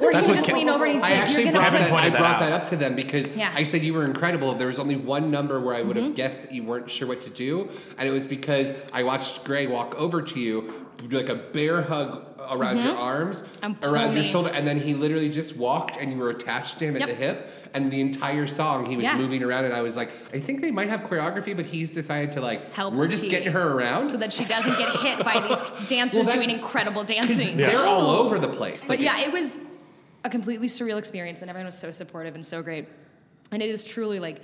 Speaker 12: Or
Speaker 10: That's
Speaker 12: he would
Speaker 10: what
Speaker 12: just
Speaker 10: Ke-
Speaker 12: lean over and he's
Speaker 11: I
Speaker 12: like,
Speaker 11: actually
Speaker 12: "You're gonna."
Speaker 11: brought
Speaker 10: Kevin
Speaker 11: that. I
Speaker 10: pointed that
Speaker 11: brought
Speaker 10: out.
Speaker 11: that up to them because
Speaker 12: Yeah. Mm-hmm.
Speaker 11: I said you were incredible. There was only one number where I would have guessed that you weren't sure what to do, and it was because I watched Gray walk over to you, do like a bear hug around your
Speaker 12: Mm-hmm.
Speaker 11: arms,
Speaker 12: And pull
Speaker 11: around your
Speaker 12: me.
Speaker 11: shoulder, and then he literally just walked, and you were attached to him
Speaker 12: Yep.
Speaker 11: at the hip. And the entire song, he was
Speaker 12: Yeah.
Speaker 11: moving around, and I was like, I think they might have choreography, but he's decided to like,
Speaker 12: Help
Speaker 11: we're
Speaker 12: the
Speaker 11: just
Speaker 12: team.
Speaker 11: getting her around.
Speaker 12: so that she doesn't get hit by these dancers
Speaker 11: that's-
Speaker 12: doing incredible dancing.
Speaker 11: they're all over the place.
Speaker 12: But
Speaker 11: Like,
Speaker 12: yeah, it was a completely surreal experience, and everyone was so supportive and so great. And it is truly like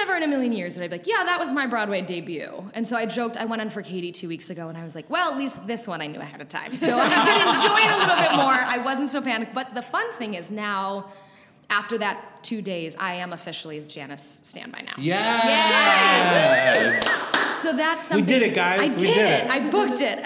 Speaker 12: never in a million years would I be like, yeah, that was my Broadway debut. And so I joked, I went on for Katie two weeks ago, and I was like, well, at least this one I knew ahead of time. So I could enjoy it a little bit more. I wasn't so panicked. But the fun thing is now, after that two days, I am officially Janice standby now.
Speaker 11: Yes!
Speaker 12: So that's
Speaker 10: We
Speaker 12: something.
Speaker 10: did it, guys.
Speaker 12: I
Speaker 10: We
Speaker 12: did,
Speaker 10: did
Speaker 12: it.
Speaker 10: it.
Speaker 12: I booked it.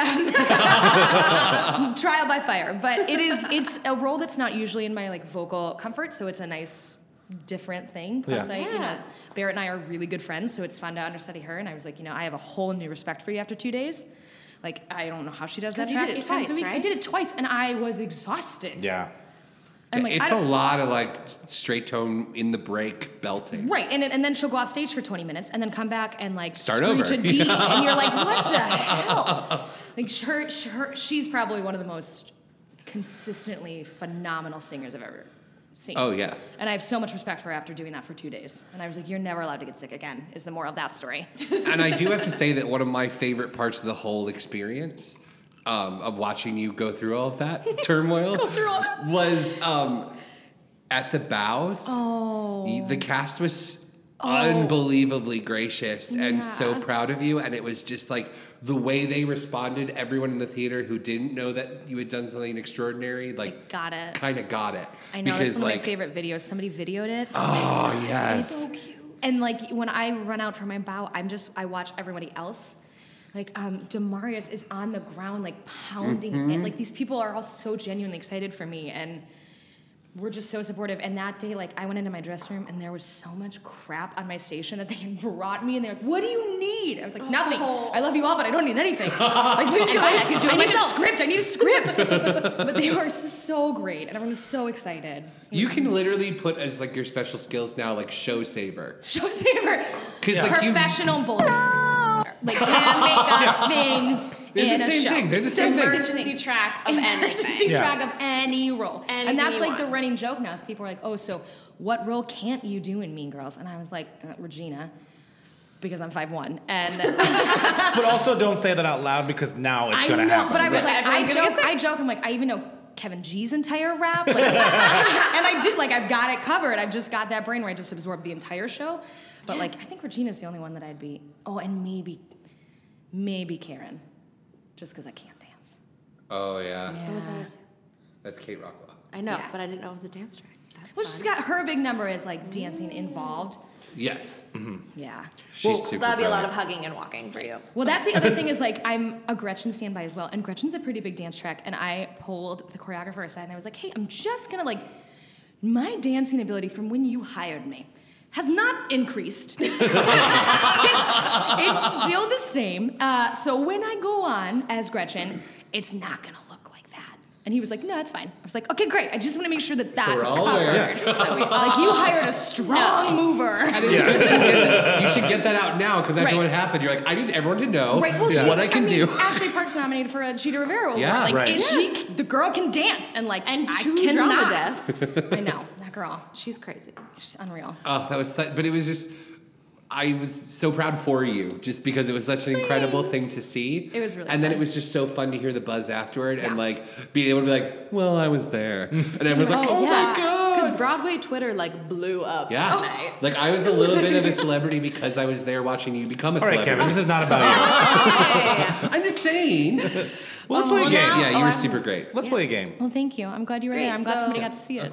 Speaker 12: Trial by fire, but it is. It's a role that's not usually in my like vocal comfort, so it's a nice different thing. Plus,
Speaker 10: Yeah.
Speaker 12: I you
Speaker 9: Yeah.
Speaker 12: know Barrett and I are really good friends, so it's fun to understudy her. And I was like, you know, I have a whole new respect for you after two days. Like I don't know how she does that.
Speaker 9: 'Cause you
Speaker 12: track
Speaker 9: did it
Speaker 12: eight times a
Speaker 9: twice,
Speaker 12: week. I
Speaker 9: right?
Speaker 12: did it twice, and I was exhausted.
Speaker 10: Yeah.
Speaker 12: I'm like, I
Speaker 11: it's a
Speaker 12: don't-
Speaker 11: lot of like straight tone in the break belting.
Speaker 12: Right, and and then she'll go off stage for 20 minutes and then come back and like
Speaker 11: Start
Speaker 12: screech
Speaker 11: over.
Speaker 12: a D, and you're like, what the hell? Like her, her, she's probably one of the most consistently phenomenal singers I've ever seen.
Speaker 11: Oh, yeah.
Speaker 12: And I have so much respect for her after doing that for two days. And I was like, you're never allowed to get sick again. Is the moral of that story?
Speaker 11: and I do have to say that one of my favorite parts of the whole experience um, of watching you go through all of that turmoil
Speaker 12: through all that.
Speaker 11: was um, at the bows. Oh. The cast was
Speaker 12: Oh.
Speaker 11: unbelievably gracious and so proud of you. And it was just like the way they responded, everyone in the theater who didn't know that you had done something extraordinary, like,
Speaker 12: got it.
Speaker 11: Kind of got it.
Speaker 12: I know
Speaker 11: Because,
Speaker 12: that's one
Speaker 11: like,
Speaker 12: of my favorite videos. Somebody videoed it.
Speaker 11: Oh, yes.
Speaker 12: And like when I run out for my bow, I'm just I watch everybody else. Like um, Demarius is on the ground, like pounding
Speaker 11: Mm-hmm.
Speaker 12: it. Like these people are all so genuinely excited for me, and we're just so supportive. And that day, like I went into my dressing room, and there was so much crap on my station that they had brought me, and they're like, "What do you need?" I was like, "Nothing. I love you all, but I don't need anything. Like please come back. I,
Speaker 8: Oh. could do it
Speaker 12: need a
Speaker 8: myself."
Speaker 12: script. I need a script." but they were so great, and everyone was so excited.
Speaker 11: You can literally put as like your special skills now, like show saver.
Speaker 12: Show saver.
Speaker 11: 'Cause, like, you-
Speaker 12: professional bull. Like hand makeup things
Speaker 11: They're
Speaker 12: in
Speaker 11: the
Speaker 12: a
Speaker 11: same
Speaker 12: show.
Speaker 11: thing. They're the same thing.
Speaker 3: Emergency track of
Speaker 12: Emergency
Speaker 3: anything.
Speaker 10: Yeah.
Speaker 12: track of any role.
Speaker 3: Anything
Speaker 12: and that's
Speaker 3: you
Speaker 12: like
Speaker 3: want.
Speaker 12: the running joke now is people are like, oh, so what role can't you do in Mean Girls? And I was like, uh, Regina. Because I'm 5'1. And
Speaker 10: But also don't say that out loud because now it's
Speaker 12: I
Speaker 10: going
Speaker 12: know,
Speaker 10: to happen.
Speaker 12: but I was like, I
Speaker 3: Everyone's gonna
Speaker 12: joke, I joke, I'm like, I even know Kevin G's entire rap. Like, and I did, like, I've got it covered. I've just got that brain where I just absorbed the entire show. But, like, I think Regina's the only one that I'd be, oh, and maybe, maybe Karen, just because I can't dance.
Speaker 11: Oh yeah.
Speaker 12: Yeah.
Speaker 11: That's Kate Rockwell.
Speaker 3: I know,
Speaker 12: Yeah.
Speaker 3: but I didn't know it was a dance track. That's
Speaker 12: Well, she's got her big number is like dancing involved.
Speaker 11: Yes. Mm-hmm.
Speaker 12: Yeah.
Speaker 11: She's super
Speaker 3: so that'd be a lot of
Speaker 11: brilliant.
Speaker 3: hugging and walking for you.
Speaker 12: Well, that's the other thing is like I'm a Gretchen standby as well, and Gretchen's a pretty big dance track. And I pulled the choreographer aside and I was like, "Hey, I'm just gonna like my dancing ability from when you hired me has not increased. it's,
Speaker 11: Uh-uh.
Speaker 12: it's still the same. Uh, so when I go on as Gretchen, it's not gonna look like that." And he was like, "No, that's fine." I was like, "Okay, great. I just want to make sure that that's
Speaker 11: we're all
Speaker 12: covered.
Speaker 11: aware.
Speaker 12: So we- like you hired a strong mover."
Speaker 11: And it's good that you, get that- you should get that out now because after
Speaker 12: Right.
Speaker 11: what happened, you're like, I need everyone to know
Speaker 12: Right. Well, she's,
Speaker 11: what I can
Speaker 12: mean,
Speaker 11: do.
Speaker 12: Ashley Park's nominated for a Cheetah Rivera award.
Speaker 11: Yeah.
Speaker 12: like
Speaker 10: Right.
Speaker 12: and she, the girl can dance, and like
Speaker 3: And
Speaker 12: I
Speaker 3: two
Speaker 12: cannot.
Speaker 3: drama desks.
Speaker 12: I know that girl.
Speaker 3: She's crazy.
Speaker 12: She's unreal.
Speaker 11: Oh, that was such, but it was just, I was so proud for you just because it was such an incredible thing to see.
Speaker 12: It was really
Speaker 11: And then it
Speaker 12: fun.
Speaker 11: was just so fun to hear the buzz afterward and like being able to be like, well, I was there. And everyone's like, oh my God.
Speaker 3: Because Broadway Twitter like blew up.
Speaker 11: Yeah.
Speaker 3: that night.
Speaker 11: Like I was a little bit of a celebrity because I was there watching you become a
Speaker 10: All right,
Speaker 11: celebrity.
Speaker 10: Kevin, this is not
Speaker 11: Oh.
Speaker 10: about you.
Speaker 11: I'm just saying.
Speaker 10: Well, let's play a game.
Speaker 11: yeah, yeah, you
Speaker 12: Oh,
Speaker 11: were super great.
Speaker 10: Let's play a game.
Speaker 12: Well, thank you. I'm glad you were
Speaker 3: Great,
Speaker 12: there. I'm glad
Speaker 3: so-
Speaker 12: somebody got to see it.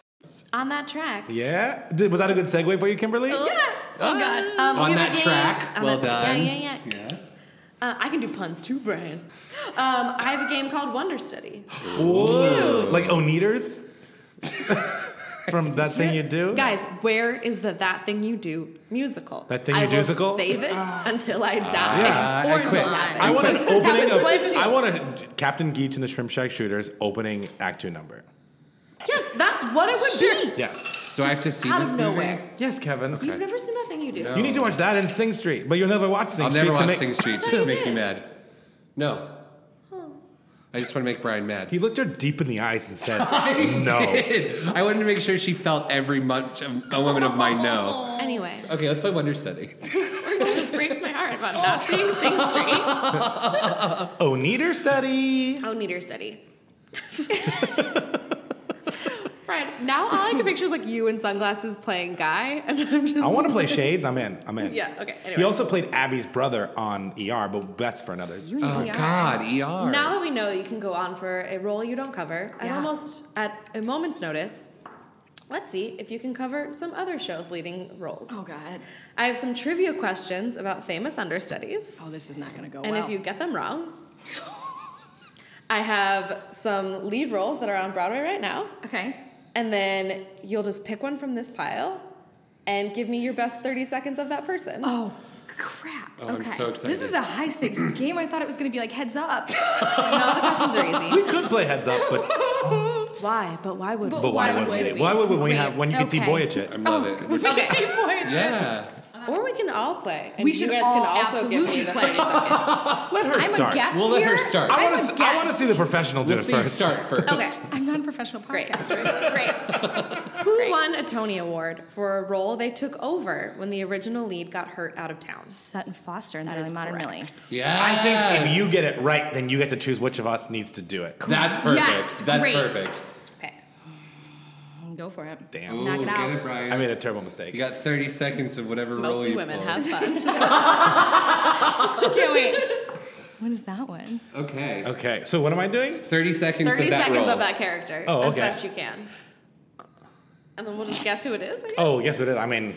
Speaker 9: On that track.
Speaker 10: Yeah? Did- was that a good segue for you, Kimberly?
Speaker 9: Yes.
Speaker 12: Oh God.
Speaker 9: Um,
Speaker 11: On
Speaker 9: we have a
Speaker 11: that
Speaker 9: game-
Speaker 11: track,
Speaker 9: on
Speaker 11: well
Speaker 9: that-
Speaker 11: done.
Speaker 9: Yeah, yeah, yeah. Uh, I can do puns too, Brian. Um, I have a game called Wonder Study.
Speaker 10: Whoa. Like Oneaters? From that thing you do?
Speaker 9: Guys, where is the That Thing You Do musical?
Speaker 10: That Thing
Speaker 9: I
Speaker 10: You Do musical?
Speaker 9: will say this until I die.
Speaker 11: yeah.
Speaker 9: or
Speaker 11: I
Speaker 9: until
Speaker 11: quit.
Speaker 9: it happens.
Speaker 10: I want an opening
Speaker 9: Happens
Speaker 10: of.
Speaker 9: when you-
Speaker 10: I want a Captain Geach and the Shrimp Shack Shooters opening Act Two number.
Speaker 9: Yes, that's what it would be.
Speaker 10: Yes.
Speaker 11: So I have to see
Speaker 9: Out
Speaker 11: this
Speaker 9: of
Speaker 11: movie? Oh.
Speaker 9: nowhere.
Speaker 10: Yes, Kevin.
Speaker 9: You've never seen That Thing You Do.
Speaker 10: You need to watch that and Sing Street, but you'll never watch Sing
Speaker 11: I'll
Speaker 10: Street.
Speaker 11: never
Speaker 10: to
Speaker 11: watch
Speaker 10: make-
Speaker 11: Sing Street just to make you mad. No. I just want to make Brian mad.
Speaker 10: He looked her deep in the eyes and said,
Speaker 11: I
Speaker 10: "No."
Speaker 11: did. I wanted to make sure she felt every much of a woman of my no.
Speaker 9: Anyway,
Speaker 11: Okay, let's play Wonder Study.
Speaker 9: it breaks my heart about not seeing Sing Street.
Speaker 10: Oh, neater study.
Speaker 9: Oh, neater study. Brian, now all I can picture is like you in sunglasses playing guy, and I'm just.
Speaker 10: I want to play Shades. I'm in. I'm in.
Speaker 9: Yeah. Okay. Anyway.
Speaker 10: He also played Abby's brother on ER, but that's for another.
Speaker 4: E
Speaker 11: Oh God, ER.
Speaker 9: Now that we know you can go on for a role you don't cover, at
Speaker 12: Yeah.
Speaker 9: almost at a moment's notice, let's see if you can cover some other shows' leading roles.
Speaker 12: Oh God.
Speaker 9: I have some trivia questions about famous understudies,
Speaker 12: Oh, this is not going to go
Speaker 9: and
Speaker 12: well.
Speaker 9: if you get them wrong, I have some lead roles that are on Broadway right now,
Speaker 12: okay.
Speaker 9: and then you'll just pick one from this pile and give me your best 30 seconds of that person.
Speaker 12: Oh crap.
Speaker 11: Oh, I'm
Speaker 12: okay.
Speaker 11: so excited.
Speaker 12: This is a high stakes game. I thought it was going to be like heads up.
Speaker 9: No, the questions are easy.
Speaker 10: We could play Heads Up, but
Speaker 9: Why? But why would
Speaker 10: but why, would we? Why would we have when you could
Speaker 12: Okay.
Speaker 10: T-Voyage it?
Speaker 11: I love it. We're-
Speaker 9: Okay.
Speaker 11: Yeah.
Speaker 9: Or we can all play. And
Speaker 12: We
Speaker 9: you
Speaker 12: should
Speaker 9: guys
Speaker 12: all
Speaker 9: can also give me
Speaker 12: absolutely
Speaker 9: the 30
Speaker 12: play.
Speaker 9: seconds.
Speaker 10: Let her
Speaker 12: I'm
Speaker 10: start.
Speaker 12: a guest
Speaker 11: We'll let her
Speaker 12: here.
Speaker 11: start.
Speaker 10: I
Speaker 12: I'm
Speaker 10: want to.
Speaker 12: a
Speaker 10: I want to
Speaker 12: guest.
Speaker 10: see the professional do
Speaker 11: Let's
Speaker 10: it
Speaker 11: see you
Speaker 10: first.
Speaker 11: start first.
Speaker 12: Okay. I'm not a professional
Speaker 9: Great.
Speaker 12: podcaster. Great.
Speaker 9: Who won a Tony Award for a role they took over when the original lead got hurt out of town?
Speaker 12: Sutton Foster and that
Speaker 9: is
Speaker 12: is Modern Millie.
Speaker 11: Yeah.
Speaker 10: I think if you get it right, then you get to choose which of us needs to do it.
Speaker 11: That's perfect.
Speaker 12: Yes,
Speaker 11: That's
Speaker 12: great.
Speaker 11: perfect.
Speaker 9: Pick.
Speaker 12: Go for it.
Speaker 10: Damn.
Speaker 11: Ooh,
Speaker 12: Knock it
Speaker 11: get
Speaker 12: out.
Speaker 11: it, Brian.
Speaker 10: I made a terrible
Speaker 11: you
Speaker 10: mistake.
Speaker 11: got 30 seconds of whatever role
Speaker 9: Mostly
Speaker 11: you
Speaker 9: women
Speaker 11: pull.
Speaker 9: have fun.
Speaker 12: Okay, wait. What is that one?
Speaker 11: Okay.
Speaker 10: Okay, so what am I doing?
Speaker 11: 30 seconds
Speaker 9: 30
Speaker 11: of that
Speaker 9: seconds
Speaker 11: role.
Speaker 9: of that character
Speaker 10: Oh,
Speaker 9: as
Speaker 10: okay.
Speaker 9: best you can. And then we'll just guess who it is, I guess.
Speaker 10: Oh, yes, it is. I mean,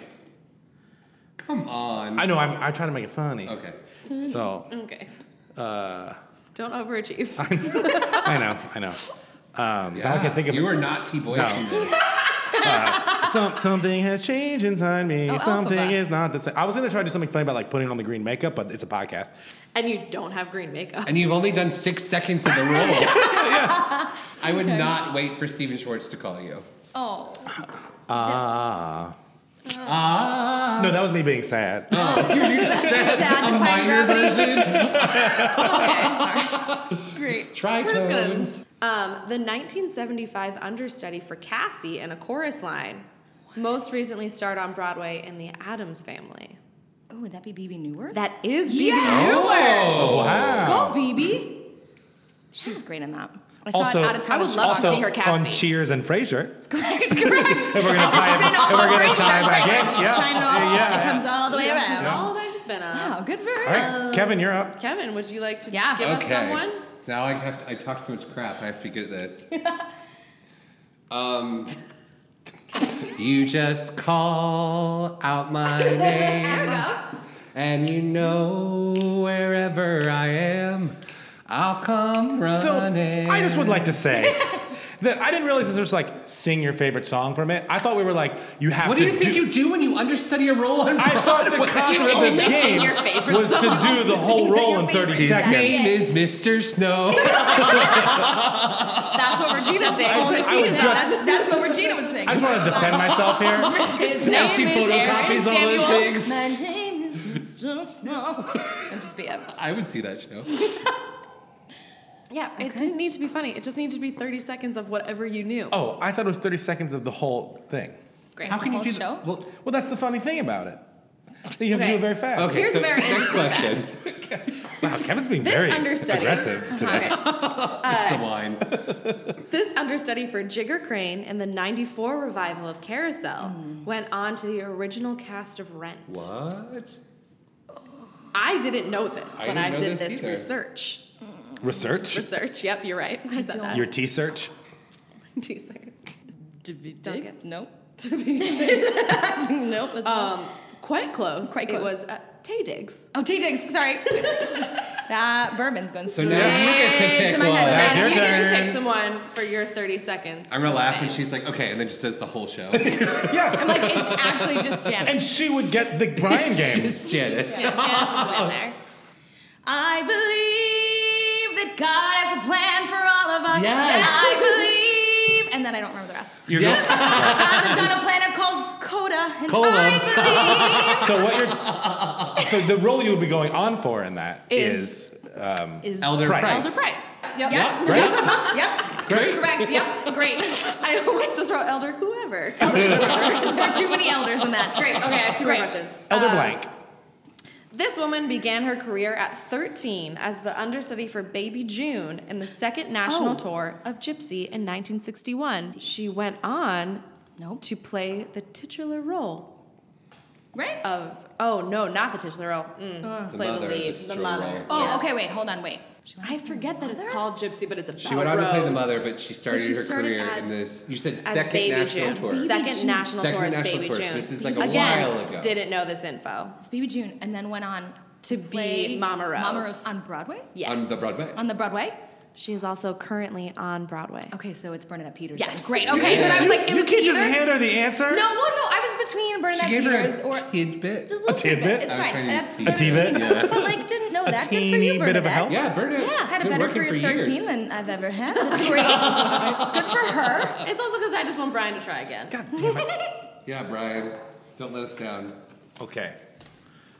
Speaker 11: Come on.
Speaker 10: I know. I'm. I try to make it funny.
Speaker 11: okay.
Speaker 10: So
Speaker 9: Okay. Don't overachieve.
Speaker 10: Oh. Uh, I know. I know. Um, yeah. I can think of
Speaker 11: you are not T-Boy.
Speaker 10: No.
Speaker 11: from this.
Speaker 10: Some, something has changed inside me.
Speaker 12: Oh,
Speaker 10: something
Speaker 12: Alphabet.
Speaker 10: is not the same. I was gonna try to do something funny about like putting on the green makeup, but it's a podcast.
Speaker 9: and you don't have green makeup.
Speaker 11: And you've only done six seconds of the role. I would not wait for Steven Schwartz to call you.
Speaker 12: Oh.
Speaker 10: Ah.
Speaker 11: Ah.
Speaker 10: No, that was me being sad.
Speaker 12: Oh.
Speaker 11: That's
Speaker 12: Sad
Speaker 11: a
Speaker 12: to find
Speaker 11: minor
Speaker 12: gravity.
Speaker 11: version.
Speaker 12: Great.
Speaker 11: Tritones.
Speaker 9: Um, the 1975 understudy for Cassie and a chorus line most recently starred on Broadway in The Addams Family.
Speaker 12: Oh, would that be BB Newer?
Speaker 9: That is BB
Speaker 12: Yes!
Speaker 10: Oh, wow.
Speaker 12: Go, BB. She was great in that. I saw
Speaker 11: Oh.
Speaker 10: Also,
Speaker 12: it out of town.
Speaker 9: I would love to
Speaker 10: also
Speaker 9: see her Cassie.
Speaker 10: on Cheers and Frasier.
Speaker 12: Correct,
Speaker 10: If
Speaker 12: correct.
Speaker 10: we're gonna
Speaker 12: I just
Speaker 10: tie it-
Speaker 12: spin
Speaker 10: if
Speaker 12: all
Speaker 10: we're gonna
Speaker 12: around,
Speaker 10: tie it back in,
Speaker 12: right?
Speaker 10: yeah.
Speaker 12: Tying it all
Speaker 10: Yeah,
Speaker 12: up,
Speaker 10: yeah,
Speaker 12: it
Speaker 10: yeah.
Speaker 12: comes all the way around.
Speaker 9: All of I've been on.
Speaker 12: Wow, good for her.
Speaker 10: All right, Kevin, you're up.
Speaker 9: Kevin, would you like to
Speaker 12: Yeah.
Speaker 9: give us
Speaker 11: okay.
Speaker 9: someone?
Speaker 11: Now I have to, I talk so much crap. I have to get this. um, you just call out my name, and you know wherever I am, I'll come running.
Speaker 10: So I just would like to say that I didn't realize this was like sing your favorite song from it. I thought we were like you have
Speaker 11: What
Speaker 10: to
Speaker 11: do you think you do when you understudy a role on
Speaker 10: I thought the
Speaker 11: Broadway?
Speaker 10: concept of this
Speaker 12: Only sing
Speaker 10: game
Speaker 12: your favorite
Speaker 10: was to
Speaker 12: song.
Speaker 10: do the whole
Speaker 12: Sing
Speaker 10: role
Speaker 12: your
Speaker 10: in 30
Speaker 12: favorite
Speaker 11: His
Speaker 12: Exactly.
Speaker 10: seconds.
Speaker 11: name is Mr. Snow.
Speaker 9: That's what Regina's saying.
Speaker 12: That's what
Speaker 10: I would
Speaker 12: Regina-
Speaker 10: just-
Speaker 12: that's, that's what Regina would sing.
Speaker 10: I just want to defend myself here.
Speaker 12: Mr. Snow.
Speaker 11: Now she photocopies all those things.
Speaker 12: My name is Mr. Snow. And just be up.
Speaker 11: I would see that show.
Speaker 12: Yeah,
Speaker 9: It didn't need to be funny. It just needed to be 30 seconds of whatever you knew.
Speaker 10: Oh, I thought it was 30 seconds of the whole thing.
Speaker 9: Great.
Speaker 11: How can you
Speaker 12: Whole
Speaker 11: do
Speaker 12: show?
Speaker 11: that? Well,
Speaker 10: Well, that's the funny thing about it. You have to do
Speaker 9: Okay.
Speaker 10: it very fast.
Speaker 11: okay,
Speaker 9: Here's
Speaker 11: so
Speaker 9: a very
Speaker 11: next
Speaker 9: interesting
Speaker 11: question.
Speaker 10: Wow, Kevin's being
Speaker 9: This
Speaker 10: very
Speaker 9: understudy.
Speaker 10: aggressive today.
Speaker 11: It's the wine.
Speaker 9: This understudy for Jigger Crane in the 94 revival of Carousel went on to the original cast of Rent.
Speaker 11: Hmm. What?
Speaker 9: I didn't know this
Speaker 11: I
Speaker 9: when
Speaker 11: didn't
Speaker 9: I
Speaker 11: know
Speaker 9: did
Speaker 11: this
Speaker 9: this
Speaker 11: either.
Speaker 9: research.
Speaker 10: Research?
Speaker 9: Research, yep, you're right. I said that.
Speaker 10: Your T search?
Speaker 9: T-shirt.
Speaker 12: Dig? Nope.
Speaker 9: Um,
Speaker 12: nope. it's not.
Speaker 9: quite close.
Speaker 12: Quite
Speaker 9: It
Speaker 12: close.
Speaker 9: was uh, Tay Diggs.
Speaker 12: oh, T Diggs. Sorry. that bourbon's going
Speaker 11: So
Speaker 12: straight
Speaker 11: now you get to pick
Speaker 12: my
Speaker 11: one.
Speaker 12: head.
Speaker 10: That's
Speaker 9: And
Speaker 10: your
Speaker 9: you get to
Speaker 10: turn.
Speaker 9: pick someone for your 30 seconds.
Speaker 11: I'm gonna laugh when she's like, okay, and then just says the whole show.
Speaker 10: Yes.
Speaker 12: I'm like, it's actually just Janice.
Speaker 10: and she would get the Brian game.
Speaker 11: Just Janice.
Speaker 12: Yeah, Janice is in there. I believe that God has a plan for all of us.
Speaker 11: Yes.
Speaker 12: And I believe, and then I don't remember the rest.
Speaker 10: You're
Speaker 12: God lives on a planet called Coda, and
Speaker 11: Cola.
Speaker 12: I believe
Speaker 10: go- so what you're so the role you would be going on for in that is,
Speaker 12: Is-
Speaker 10: um,
Speaker 12: Is
Speaker 10: Elder Price.
Speaker 12: Elder Price.
Speaker 9: Yep.
Speaker 10: Yes. Yep. Great.
Speaker 12: yep.
Speaker 10: Great.
Speaker 12: Correct. Yep. Great.
Speaker 9: I always just wrote elder whoever.
Speaker 12: there are too many elders in that.
Speaker 9: Great. Okay, I have two more
Speaker 12: Great.
Speaker 9: questions.
Speaker 10: Elder
Speaker 12: Uh,
Speaker 9: Um,
Speaker 10: Blank.
Speaker 9: This woman began her career at 13 as the understudy for Baby June in the second national
Speaker 12: Oh.
Speaker 9: tour of Gypsy in 1961. She went on to play the titular role.
Speaker 12: Right?
Speaker 9: Of oh no, not the titular role. Mm,
Speaker 12: Uh.
Speaker 9: play the lead, the, mother.
Speaker 12: Oh,
Speaker 9: Yeah.
Speaker 12: okay. Wait. Hold on. Wait.
Speaker 9: I forget that it's called Gypsy, but it's about
Speaker 11: She went on to play the
Speaker 9: Rose.
Speaker 11: mother, but she started
Speaker 9: But she
Speaker 11: her
Speaker 9: started
Speaker 11: career in
Speaker 9: as-
Speaker 11: this. You said
Speaker 9: as
Speaker 11: second
Speaker 9: Baby
Speaker 11: national
Speaker 9: June.
Speaker 11: tour.
Speaker 9: Second
Speaker 12: June.
Speaker 9: national
Speaker 11: Second
Speaker 9: tour is
Speaker 11: national
Speaker 9: Baby
Speaker 11: tour, so
Speaker 9: June.
Speaker 11: this is like a
Speaker 9: Again,
Speaker 11: while ago.
Speaker 9: Didn't know this info.
Speaker 12: It's Baby June, and then went on
Speaker 9: To be
Speaker 12: play
Speaker 9: Mama Rose.
Speaker 12: Mama Rose on Broadway.
Speaker 9: Yes.
Speaker 11: On the Broadway.
Speaker 12: On the Broadway.
Speaker 9: She is also currently on Broadway.
Speaker 12: Okay, so it's Bernadette Peters.
Speaker 9: Yes.
Speaker 12: then. Great.
Speaker 9: You
Speaker 12: Okay. Because I was like, it
Speaker 10: you
Speaker 12: was
Speaker 10: can't just
Speaker 12: either-
Speaker 10: hand her the answer.
Speaker 12: No. Well, no. I was between Bernadette
Speaker 11: She gave her
Speaker 12: Peters or
Speaker 11: a tidbit.
Speaker 12: Just a little tidbit.
Speaker 10: tidbit?
Speaker 12: It's
Speaker 11: I was
Speaker 12: fine.
Speaker 11: trying to
Speaker 12: That's
Speaker 11: tease
Speaker 12: what I was
Speaker 10: it.
Speaker 12: thinking.
Speaker 10: Yeah.
Speaker 12: But like, didn't know
Speaker 10: A
Speaker 12: that. Good for
Speaker 10: teeny
Speaker 12: you,
Speaker 10: bit
Speaker 12: Bernadette.
Speaker 10: of a help.
Speaker 11: Yeah, Bernadette.
Speaker 12: Yeah, had a
Speaker 11: been
Speaker 12: better
Speaker 11: working
Speaker 12: career
Speaker 11: for
Speaker 12: at 13
Speaker 11: years.
Speaker 12: than I've ever had. Great. Good for her.
Speaker 9: It's also because I just want Brian to try again.
Speaker 10: God damn it.
Speaker 11: Yeah, Brian. Don't let us down.
Speaker 10: Okay.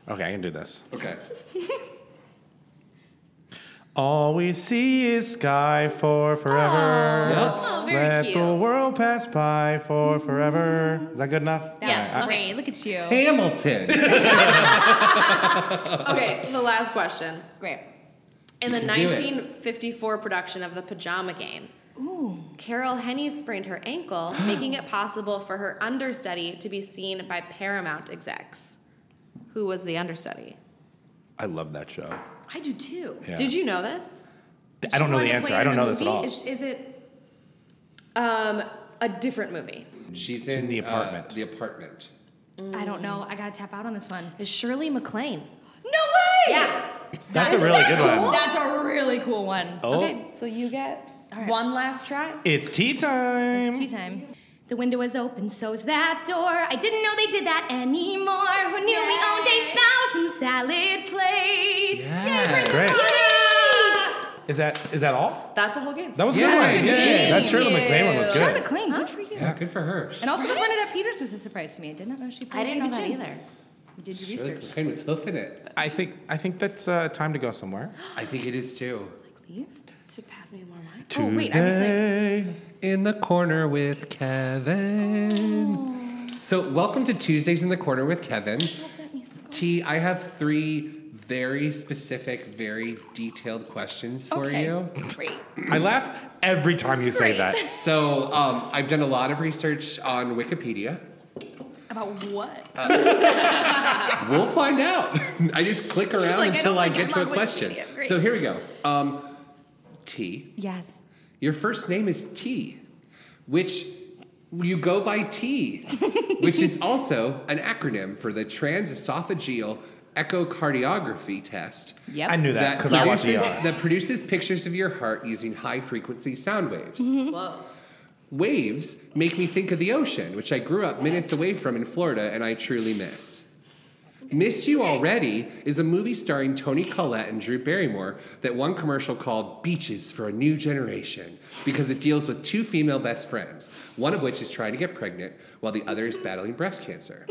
Speaker 10: Okay, I can do this.
Speaker 11: Okay.
Speaker 10: All we see is sky for forever.
Speaker 12: Oh, very
Speaker 10: Let
Speaker 12: cute.
Speaker 10: the world pass by for forever. Is that good enough?
Speaker 12: That's
Speaker 10: All right,
Speaker 12: great. Look at you.
Speaker 11: Hamilton.
Speaker 9: Okay, the last question.
Speaker 12: Great.
Speaker 9: In the
Speaker 11: You can do it.
Speaker 9: 1954 production of The Pajama Game, Carol Henney sprained her ankle, making it possible for her understudy to be seen by Paramount execs. Who was the understudy?
Speaker 10: I, I love that show.
Speaker 12: I do too.
Speaker 10: Yeah.
Speaker 9: Did you know this?
Speaker 10: I don't
Speaker 12: She
Speaker 10: know
Speaker 12: wanted
Speaker 10: the
Speaker 12: to
Speaker 10: answer.
Speaker 12: play it
Speaker 10: I
Speaker 12: in
Speaker 10: don't
Speaker 12: the
Speaker 10: know this at
Speaker 12: movie?
Speaker 10: all.
Speaker 12: Is, is it?
Speaker 9: Um, a different movie.
Speaker 11: She's
Speaker 10: in
Speaker 11: in,
Speaker 10: The
Speaker 11: uh,
Speaker 10: Apartment.
Speaker 11: the apartment.
Speaker 12: I don't know. I gotta tap out on this one.
Speaker 9: Is Shirley MacLaine?
Speaker 12: No way.
Speaker 9: Yeah.
Speaker 10: That's a really good one.
Speaker 12: That's a really cool one.
Speaker 10: Oh,
Speaker 9: Okay, so you get one last try.
Speaker 10: it's tea time.
Speaker 12: It's tea time. The window is open, so's that door. I didn't know they did that anymore. Who knew we owned eight thousand salad plates?
Speaker 11: That's
Speaker 12: Yay,
Speaker 10: great.
Speaker 12: Yay!
Speaker 10: Is that is that all?
Speaker 9: That's the whole game.
Speaker 10: That was a
Speaker 11: Yeah,
Speaker 10: good one.
Speaker 11: good game.
Speaker 10: That Shirley McLean one was
Speaker 12: Shirley
Speaker 10: good.
Speaker 12: MacLaine, good for you.
Speaker 11: Yeah, good for her.
Speaker 12: And also, the
Speaker 9: Right?
Speaker 12: Bernadette Peters was a surprise to me. I did not know she played.
Speaker 9: I didn't know
Speaker 12: Baby
Speaker 9: that
Speaker 12: Jane.
Speaker 9: either.
Speaker 12: You did your
Speaker 11: Shirley
Speaker 12: research.
Speaker 11: MacLaine was hoofing it.
Speaker 10: I think I think that's uh, time to go somewhere.
Speaker 12: Oh,
Speaker 11: I think it is too.
Speaker 12: Leave.
Speaker 9: To pass me more wine.
Speaker 10: Tuesday.
Speaker 12: wait, I was like-
Speaker 11: In the corner with Kevin.
Speaker 12: Oh.
Speaker 11: So, welcome to Tuesdays in the corner with Kevin. T, I have three very specific, very detailed questions for
Speaker 12: Okay.
Speaker 11: you.
Speaker 12: Great.
Speaker 10: I laugh every time you say
Speaker 12: Great.
Speaker 10: that.
Speaker 11: So, um, I've done a lot of research on Wikipedia.
Speaker 12: About what?
Speaker 11: We'll find out. I just click around
Speaker 12: like, I
Speaker 11: until
Speaker 12: don't
Speaker 11: I,
Speaker 12: like
Speaker 11: get
Speaker 12: I'm
Speaker 11: to a
Speaker 12: on
Speaker 11: question.
Speaker 12: Wikipedia. Great.
Speaker 11: So, here we go. Um, T,
Speaker 12: yes.
Speaker 11: Your first name is T, which you go by T, which is also an acronym for the transesophageal echocardiography test.
Speaker 12: Yep.
Speaker 10: I knew that because I watched ER.
Speaker 11: produces,
Speaker 12: uh,
Speaker 11: that produces pictures of your heart using high frequency sound waves.
Speaker 12: Mm-hmm.
Speaker 11: Waves make me think of the ocean, which I grew up minutes away from in Florida and I truly miss. Miss You Already is a movie starring Tony Collette and Drew Barrymore that won commercial called Beaches for a New Generation because it deals with two female best friends, one of which is trying to get pregnant while the other is battling breast cancer.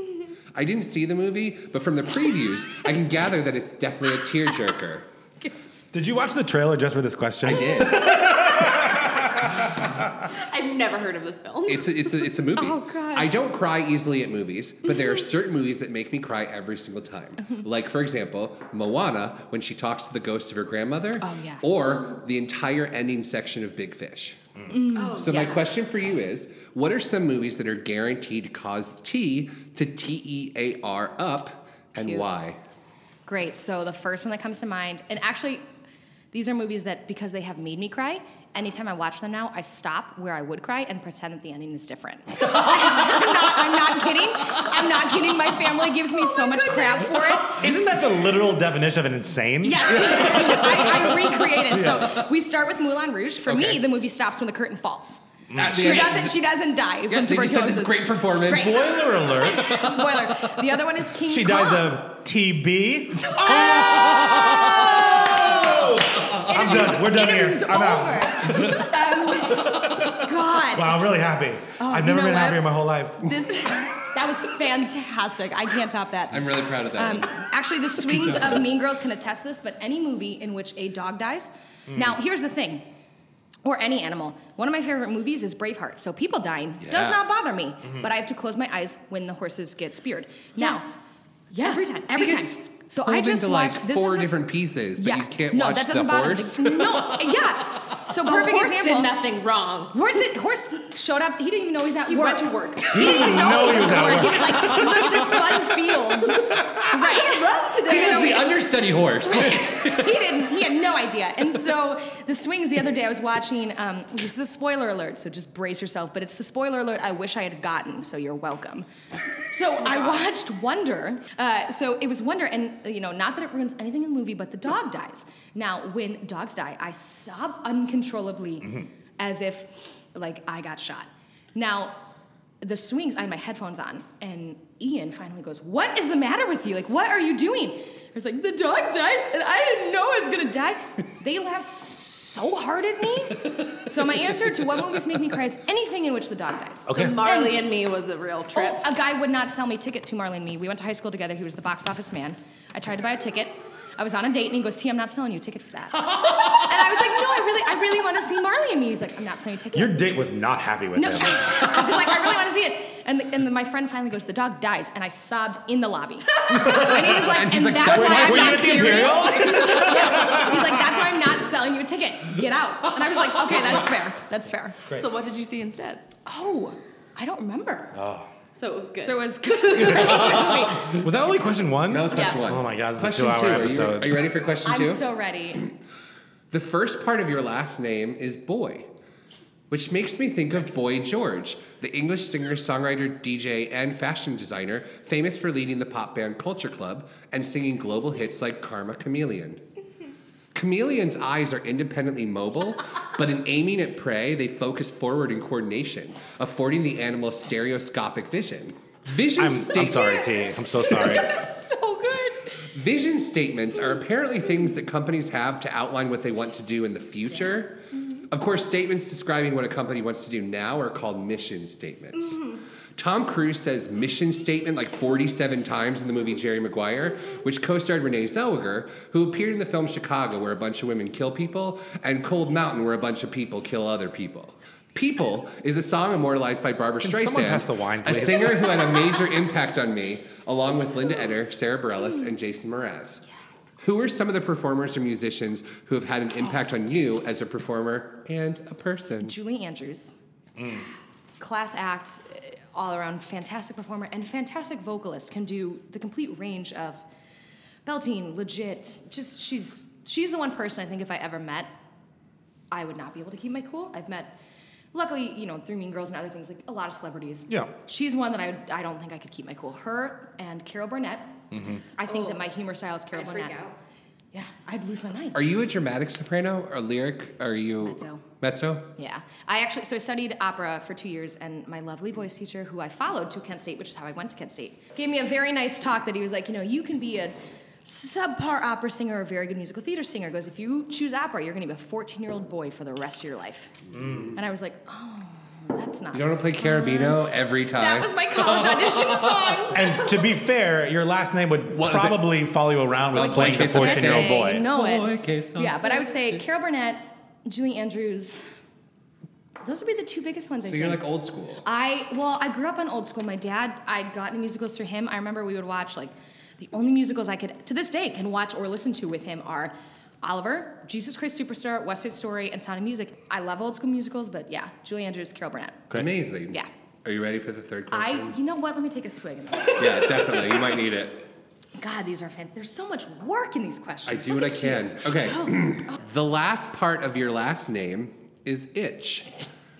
Speaker 11: I didn't see the movie, but from the previews, I can gather that it's definitely a tearjerker.
Speaker 10: Did you watch the trailer just for this question? I did.
Speaker 9: I've never heard of this film.
Speaker 11: It's a, it's a, it's a movie.
Speaker 12: Oh, God. Mm-hmm.
Speaker 11: I don't cry easily at movies, but there are certain movies that make me cry every single time. Like for example, Moana when she talks to the ghost of her grandmother.
Speaker 12: Oh, yeah.
Speaker 11: Or the entire ending section of Big Fish.
Speaker 12: Mm.
Speaker 11: so my question for you is: What are some movies that are guaranteed to cause T to T E A R up, and
Speaker 12: Cute.
Speaker 11: why?
Speaker 12: Great. So the first one that comes to mind, and actually, these are movies that because they have made me cry. Anytime I watch them now, I stop where I would cry and pretend that the ending is different. I'm, not, I'm not kidding. I'm not kidding. My family gives
Speaker 9: Oh
Speaker 12: me so much crap for it.
Speaker 10: Isn't that the literal definition of an insane?
Speaker 12: Yes, I, I recreate it. So we start with Moulin Rouge. For me, the movie stops when the curtain falls.
Speaker 11: At the
Speaker 12: She
Speaker 11: end-
Speaker 12: doesn't. She doesn't die from
Speaker 11: Yeah, they just had
Speaker 12: tuberculosis.
Speaker 11: this great performance.
Speaker 12: Great.
Speaker 10: Spoiler alert.
Speaker 12: Spoiler. The other one is King
Speaker 10: She
Speaker 12: Kong.
Speaker 10: dies of
Speaker 12: Oh!
Speaker 10: Oh! TB. I'm
Speaker 12: Interviews-
Speaker 10: done. We're done here.
Speaker 12: interviews
Speaker 10: I'm out.
Speaker 12: over. Um, God.
Speaker 10: Wow, I'm really happy. I've never
Speaker 12: Oh, you know
Speaker 10: been
Speaker 12: what?
Speaker 10: happier in my whole life.
Speaker 12: This That was fantastic. I can't top that.
Speaker 11: I'm really proud of that.
Speaker 12: Um, actually, the swings
Speaker 11: job.
Speaker 12: of Mean Girls can attest to this, but any movie in which a dog dies.
Speaker 11: Mm.
Speaker 12: Now, here's the thing. Or any animal. One of my favorite movies is Braveheart. So people dying does
Speaker 9: Yeah.
Speaker 12: not bother me,
Speaker 11: Mm-hmm.
Speaker 9: Mhm.
Speaker 12: but I have to close my eyes when the horses get speared.
Speaker 9: Yes.
Speaker 12: Now, yeah, every time, every time.
Speaker 11: It's
Speaker 12: So I
Speaker 11: folded
Speaker 12: just
Speaker 11: to like
Speaker 12: watched this is
Speaker 11: four
Speaker 12: a s-
Speaker 11: different pieces, but
Speaker 12: yeah.
Speaker 11: you can't
Speaker 12: no,
Speaker 11: watch
Speaker 12: that doesn't
Speaker 11: the
Speaker 12: bother
Speaker 11: horse.
Speaker 12: me. No, yeah. So
Speaker 3: A
Speaker 12: perfect
Speaker 3: horse did
Speaker 12: example.
Speaker 3: nothing
Speaker 12: wrong. Horse, did, horse showed up. He didn't even know he's at
Speaker 3: He
Speaker 12: work.
Speaker 3: went to work.
Speaker 12: He didn't even know, he was at work. He was like,
Speaker 11: work.
Speaker 12: look at this fun field. Right.
Speaker 11: I'm gonna
Speaker 12: run
Speaker 11: He was the understudy horse.
Speaker 12: he didn't. He had no idea. And so the swings the other day, I was watching. Um, this is a spoiler alert, so just brace yourself. But it's the spoiler alert I wish I had gotten. So you're welcome. So I watched Wonder. Uh, so it was Wonder, and you know, not that it ruins anything in the movie, but the dog dies. Now, when dogs die, I sob uncontrollably, as if like I got shot. Now, the swings, I had my headphones on, and Ian finally goes, What is the matter with you? Like, what are you doing? I was like, The dog dies, and I didn't know I was gonna die. They laugh so hard at me. So, my answer to what movies make me cry is anything in which the dog dies.
Speaker 3: So Marley and Me was a real trip.
Speaker 12: Oh, a guy would not sell me ticket to Marley and me. We went to high school together. He was the box office man. I tried to buy a ticket. I was on a date and he goes, T, I'm not selling you a ticket for that. and I was like, no, I really, I really want to see Marley and me. He's like, I'm not selling you a ticket.
Speaker 10: Your date was not happy with
Speaker 12: No,
Speaker 10: him.
Speaker 12: I was like, I really want to see it. And, the, and then my friend finally goes, the dog dies, and I sobbed in the lobby. And he was like,
Speaker 10: And
Speaker 12: and,
Speaker 10: he's like,
Speaker 12: that's
Speaker 10: "That's
Speaker 12: why
Speaker 10: why-
Speaker 12: I'm
Speaker 10: were you
Speaker 12: not
Speaker 10: at the
Speaker 12: carrying-"
Speaker 10: Imperial?
Speaker 12: Yeah. He's like, that's why I'm not selling you a ticket. Get out. And I was like, okay, that's fair. That's fair.
Speaker 3: Great. So what did you see instead?
Speaker 12: Oh, I don't remember.
Speaker 10: Oh.
Speaker 3: So it was good.
Speaker 12: So it was good.
Speaker 10: Was that only question one? That
Speaker 11: was question
Speaker 12: Yeah.
Speaker 11: one.
Speaker 10: Oh my god, this
Speaker 11: Question
Speaker 10: is a
Speaker 11: two,
Speaker 10: two-hour
Speaker 11: are you-
Speaker 10: episode.
Speaker 11: are you ready for question
Speaker 12: I'm
Speaker 11: two?
Speaker 12: so ready.
Speaker 11: The first part of your last name is Boy, which makes me think of Boy George, the English singer, songwriter, DJ, and fashion designer, famous for leading the pop band Culture Club and singing global hits like Karma Chameleon. Chameleon's eyes are independently mobile, but in aiming at prey, they focus forward in coordination, affording the animal stereoscopic vision. Vision
Speaker 10: I'm, I'm
Speaker 11: state-
Speaker 10: sorry, T. I'm so sorry.
Speaker 12: so good.
Speaker 11: Vision statements are apparently things that companies have to outline what they want to do in the future. Of course, statements describing what a company wants to do now are called mission statements. Tom Cruise says mission statement like 47 times in the movie Jerry Maguire, which co starred Renee Zellweger, who appeared in the film Chicago, where a bunch of women kill people, and Cold Mountain, where a bunch of people kill other people. People is a song immortalized by Barbara
Speaker 10: Can
Speaker 11: Streisand,
Speaker 10: someone pass the wine,
Speaker 11: a
Speaker 10: please?
Speaker 11: singer who had a major impact on me, along with Linda Etter, Sarah Bareilles, and Jason Mraz. Who are some of the performers or musicians who have had an impact on you as a performer and a person?
Speaker 12: Julie Andrews. class act, eh, all around fantastic performer and fantastic vocalist, can do the complete range of belting, legit. Just she's she's the one person I think if I ever met, I would not be able to keep my cool. I've met, luckily, you know, through Mean Girls and other things, like a lot of celebrities.
Speaker 10: Yeah.
Speaker 12: She's one that I I don't think I could keep my cool. Her and Carol Burnett.
Speaker 11: Mhm.
Speaker 12: I think
Speaker 9: Oh.
Speaker 12: that my humor style is Carol
Speaker 9: I'd freak
Speaker 12: Burnett. Yeah, I'd lose my mind.
Speaker 11: Are you a dramatic soprano or lyric? Are you mezzo? Mezzo.
Speaker 12: Yeah. I actually, so I studied opera for two years, and my lovely voice teacher, who I followed to Kent State, which is how I went to Kent State, gave me a very nice talk that he was like, you know, you can be a subpar opera singer or a very good musical theater singer. He goes, if you choose opera, you're going to be a 14 year old boy for the rest of your life.
Speaker 11: Mm.
Speaker 12: And I was like, oh, that's not.
Speaker 11: You don't want to play Carabino every time.
Speaker 12: Um, That was my college audition song.
Speaker 10: And to be fair, your last name would probably follow you around with
Speaker 11: Like,
Speaker 10: playing the
Speaker 11: like, it's a
Speaker 10: 14 year old
Speaker 11: day.
Speaker 10: boy.
Speaker 12: I know it.
Speaker 11: Boy, okay, so-
Speaker 12: yeah, but I would say Carol Burnett, Julie Andrews. Those would be the two biggest ones. I
Speaker 11: So you're
Speaker 12: think.
Speaker 11: like old school.
Speaker 12: I well, I grew up on old school. My dad, I'd gotten musicals through him. I remember we would watch like the only musicals I could to this day can watch or listen to with him are Oliver, Jesus Christ Superstar, West Side Story, and Sound of Music. I love old school musicals, but yeah, Julie Andrews, Carol Burnett.
Speaker 11: Amazing.
Speaker 12: Yeah.
Speaker 11: Are you ready for the third question?
Speaker 12: I, you know what? Let me take a swig. of that.
Speaker 11: yeah, definitely. You might need it.
Speaker 12: God, these are fan. There's so much work in these
Speaker 11: I
Speaker 12: questions.
Speaker 11: do what I can. Okay. the last part of your last name is itch.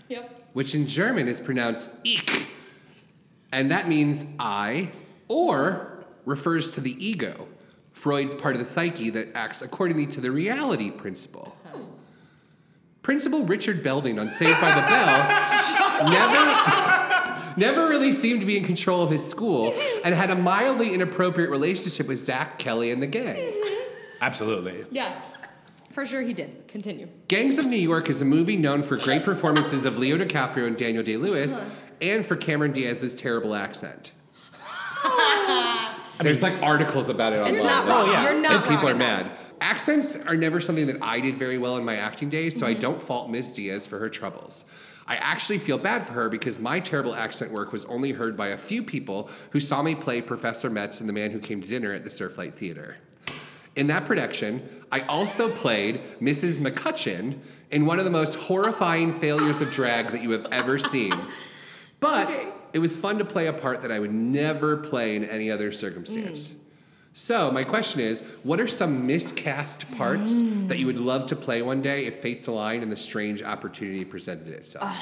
Speaker 12: Yep.
Speaker 11: which in German is pronounced ich, and that means I, or refers to the ego, Freud's part of the psyche that acts accordingly to the reality principle. Principal Richard Belding on Saved by the Bell never, never really seemed to be in control of his school and had a mildly inappropriate relationship with Zach Kelly and the gang.
Speaker 10: Absolutely.
Speaker 12: Yeah, for sure he did. Continue.
Speaker 11: Gangs of New York is a movie known for great performances of Leo DiCaprio and Daniel Day Lewis, and for Cameron Diaz's terrible accent. There's like articles about it online.
Speaker 12: It's not wrong.
Speaker 11: Oh, yeah.
Speaker 12: You're not
Speaker 11: and people
Speaker 12: wrong.
Speaker 11: are mad. Accents are never something that I did very well in my acting days,
Speaker 12: Mm-hmm.
Speaker 11: so I don't fault Ms. Diaz for her troubles. I actually feel bad for her because my terrible accent work was only heard by a few people who saw me play Professor Metz in The Man Who Came to Dinner at the Surflight Theater. In that production, I also played Mrs. McCutcheon in one of the most horrifying failures of drag that you have ever seen. But it was fun to play a part that I would never play in any other circumstance.
Speaker 10: Mm.
Speaker 11: So, my question is what are some miscast parts
Speaker 12: Mm.
Speaker 11: that you would love to play one day if fate's aligned and the strange opportunity presented itself?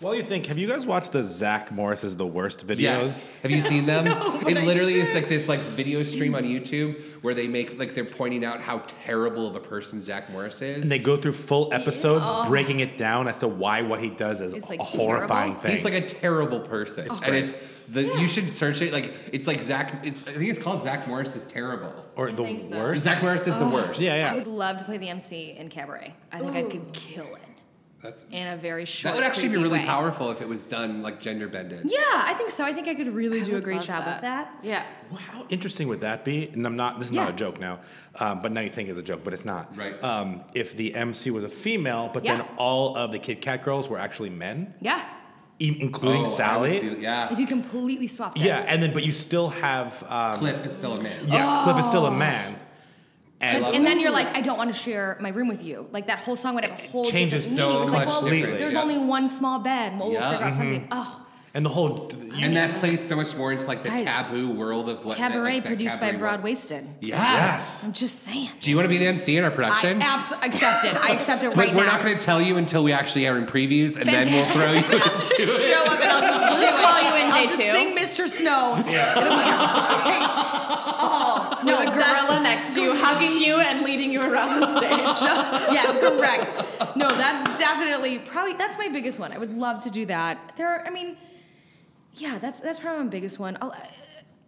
Speaker 10: While you think, have you guys watched the Zach Morris is the worst videos?
Speaker 11: Yes. Have you seen them?
Speaker 10: No,
Speaker 11: it
Speaker 10: but I
Speaker 11: literally is like this like video stream on YouTube where they make like they're pointing out how terrible of a person Zach Morris is.
Speaker 10: And they go through full episodes
Speaker 11: Oh.
Speaker 10: breaking it down as to why what he does is
Speaker 11: It's,
Speaker 10: a horrifying thing.
Speaker 11: He's like a terrible person,
Speaker 10: It's
Speaker 11: and
Speaker 10: great.
Speaker 11: it's the you should search it. Like it's like Zach. It's I think it's called Zach Morris is terrible
Speaker 10: or the
Speaker 12: think so.
Speaker 11: worst. Zach Morris is the worst.
Speaker 12: I would love to play the MC in Cabaret. I think I could kill it
Speaker 11: That's
Speaker 12: in a very short.
Speaker 11: that would actually be
Speaker 12: creepy
Speaker 11: really
Speaker 12: way.
Speaker 11: powerful if it was done like gender bended.
Speaker 12: Yeah, I think so. I think I could really do a
Speaker 9: would
Speaker 12: great
Speaker 9: love
Speaker 12: job with that.
Speaker 9: Yeah.
Speaker 10: How interesting would that be? And I'm not. This is not a
Speaker 12: Yeah.
Speaker 10: joke now, um, but now you think it's a joke, but it's not.
Speaker 11: Right.
Speaker 10: Um, if the MC was a female, but then
Speaker 12: Yeah.
Speaker 10: all of the Kid Cat girls were actually men,
Speaker 12: Yeah.
Speaker 10: e-
Speaker 11: Oh,
Speaker 10: including Sally.
Speaker 11: yeah.
Speaker 12: If you completely swapped it.
Speaker 10: Yeah, and then but you still have um,
Speaker 11: Cliff is still a man.
Speaker 10: Yes, Cliff is still a
Speaker 12: Oh.
Speaker 10: man.
Speaker 12: And,
Speaker 10: And,
Speaker 12: and then you're like, I don't want to share my room with you. Like that whole song would have a whole
Speaker 10: changes
Speaker 12: different
Speaker 10: so
Speaker 12: meaning. It's like,
Speaker 10: much Mm-hmm.
Speaker 12: well,
Speaker 10: difference,
Speaker 12: there's
Speaker 10: yeah.
Speaker 12: only one small bed. Well,
Speaker 11: Yeah.
Speaker 12: we'll figure out
Speaker 11: Mhm.
Speaker 12: something. Oh,
Speaker 10: and the whole
Speaker 11: and that plays so much more into like the
Speaker 12: Guys.
Speaker 11: taboo world of what that-
Speaker 12: cabaret
Speaker 11: like, that
Speaker 12: produced by
Speaker 11: cabaret world.
Speaker 12: Broad Wasted.
Speaker 11: Yes.
Speaker 12: I'm just saying.
Speaker 11: Do you want to be the MC in our production?
Speaker 12: I abs- accept it. I accept it
Speaker 11: But
Speaker 12: right
Speaker 11: we're
Speaker 12: now.
Speaker 11: not going to tell you until we actually are in previews, and then we'll throw you
Speaker 12: Fantastic.
Speaker 11: into
Speaker 12: I'll just show up and I'll just,
Speaker 9: I'll just
Speaker 12: do it.
Speaker 9: call you in,
Speaker 12: I'll
Speaker 9: day
Speaker 12: just
Speaker 9: two.
Speaker 12: sing Mr. Snow. oh, no,
Speaker 9: No, the gorilla
Speaker 12: that's-
Speaker 9: next to you, hugging you and leading you around the stage.
Speaker 12: yes, correct. No, that's definitely probably that's my biggest one. I would love to do that. There are, I mean, yeah, that's that's probably my biggest one. I'll,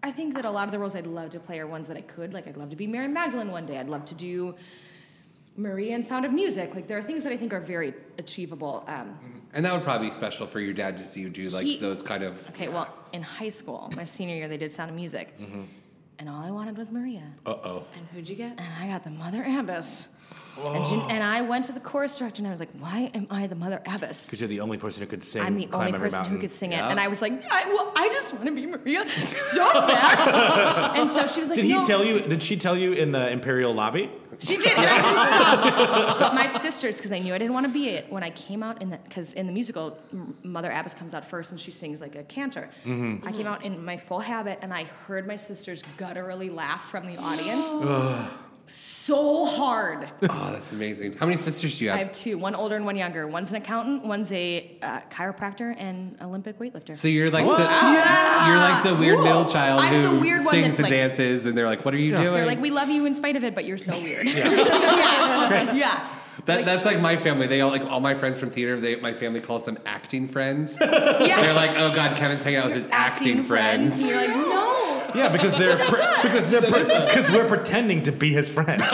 Speaker 12: I think that a lot of the roles I'd love to play are ones that I could. Like, I'd love to be Mary Magdalene one day. I'd love to do Maria in Sound of Music. Like, there are things that I think are very achievable. Um,
Speaker 11: And that would probably be special for your dad to see you do like
Speaker 12: He-
Speaker 11: those kind of.
Speaker 12: Okay, well, in high school, my senior year, they did Sound of Music,
Speaker 10: Mm-hmm.
Speaker 12: and all I wanted was Maria.
Speaker 11: Uh oh.
Speaker 9: And who'd you get?
Speaker 12: And I got the Mother Abbess. And, she- and I went to the chorus director, and I was like, "Why am I the Mother Abbess?"
Speaker 10: because you're the only person who could sing.
Speaker 12: I'm the
Speaker 10: Climb
Speaker 12: only
Speaker 10: Every
Speaker 12: person who
Speaker 10: Mountain.
Speaker 12: could sing it, and I was like, I, "Well, I just want to be Maria so bad." and so she was like,
Speaker 10: Did he
Speaker 12: "No."
Speaker 10: tell you? Did she tell you in the Imperial lobby?
Speaker 12: She did, and I just sucked. But my sisters, because they knew I didn't want to be it, when I came out in the, because in the musical, M- Mother Abbess comes out first and she sings like a cantor.
Speaker 13: Mhm.
Speaker 11: Mm-hmm.
Speaker 12: I came out in my full habit, and I heard my sisters gutturally laugh from the audience
Speaker 11: oh,
Speaker 12: so hard.
Speaker 11: that's amazing. How many sisters do you
Speaker 12: I
Speaker 11: have?
Speaker 12: have two, one older and one younger. One's an accountant, one's a uh, chiropractor and Olympic weightlifter.
Speaker 11: so you're like the
Speaker 12: Wow.
Speaker 11: you're like the weird
Speaker 12: Cool.
Speaker 11: middle child
Speaker 12: I'm the
Speaker 11: who
Speaker 12: weird one
Speaker 11: sings
Speaker 12: that's
Speaker 11: and
Speaker 12: like-
Speaker 11: dances, and they're like, "What are you doing?"
Speaker 12: They're like, we love you in spite of it, but you're so weird.
Speaker 11: Yeah.
Speaker 12: yeah. yeah.
Speaker 11: that, that's like my family. They all like all my friends from theater. They, my family calls them acting friends. They're like, "Oh God, Kevin's hanging out with his acting, friends."
Speaker 12: And you're like, no.
Speaker 10: Yeah, because they're pre- because they're pre- because we're pretending to be his friend.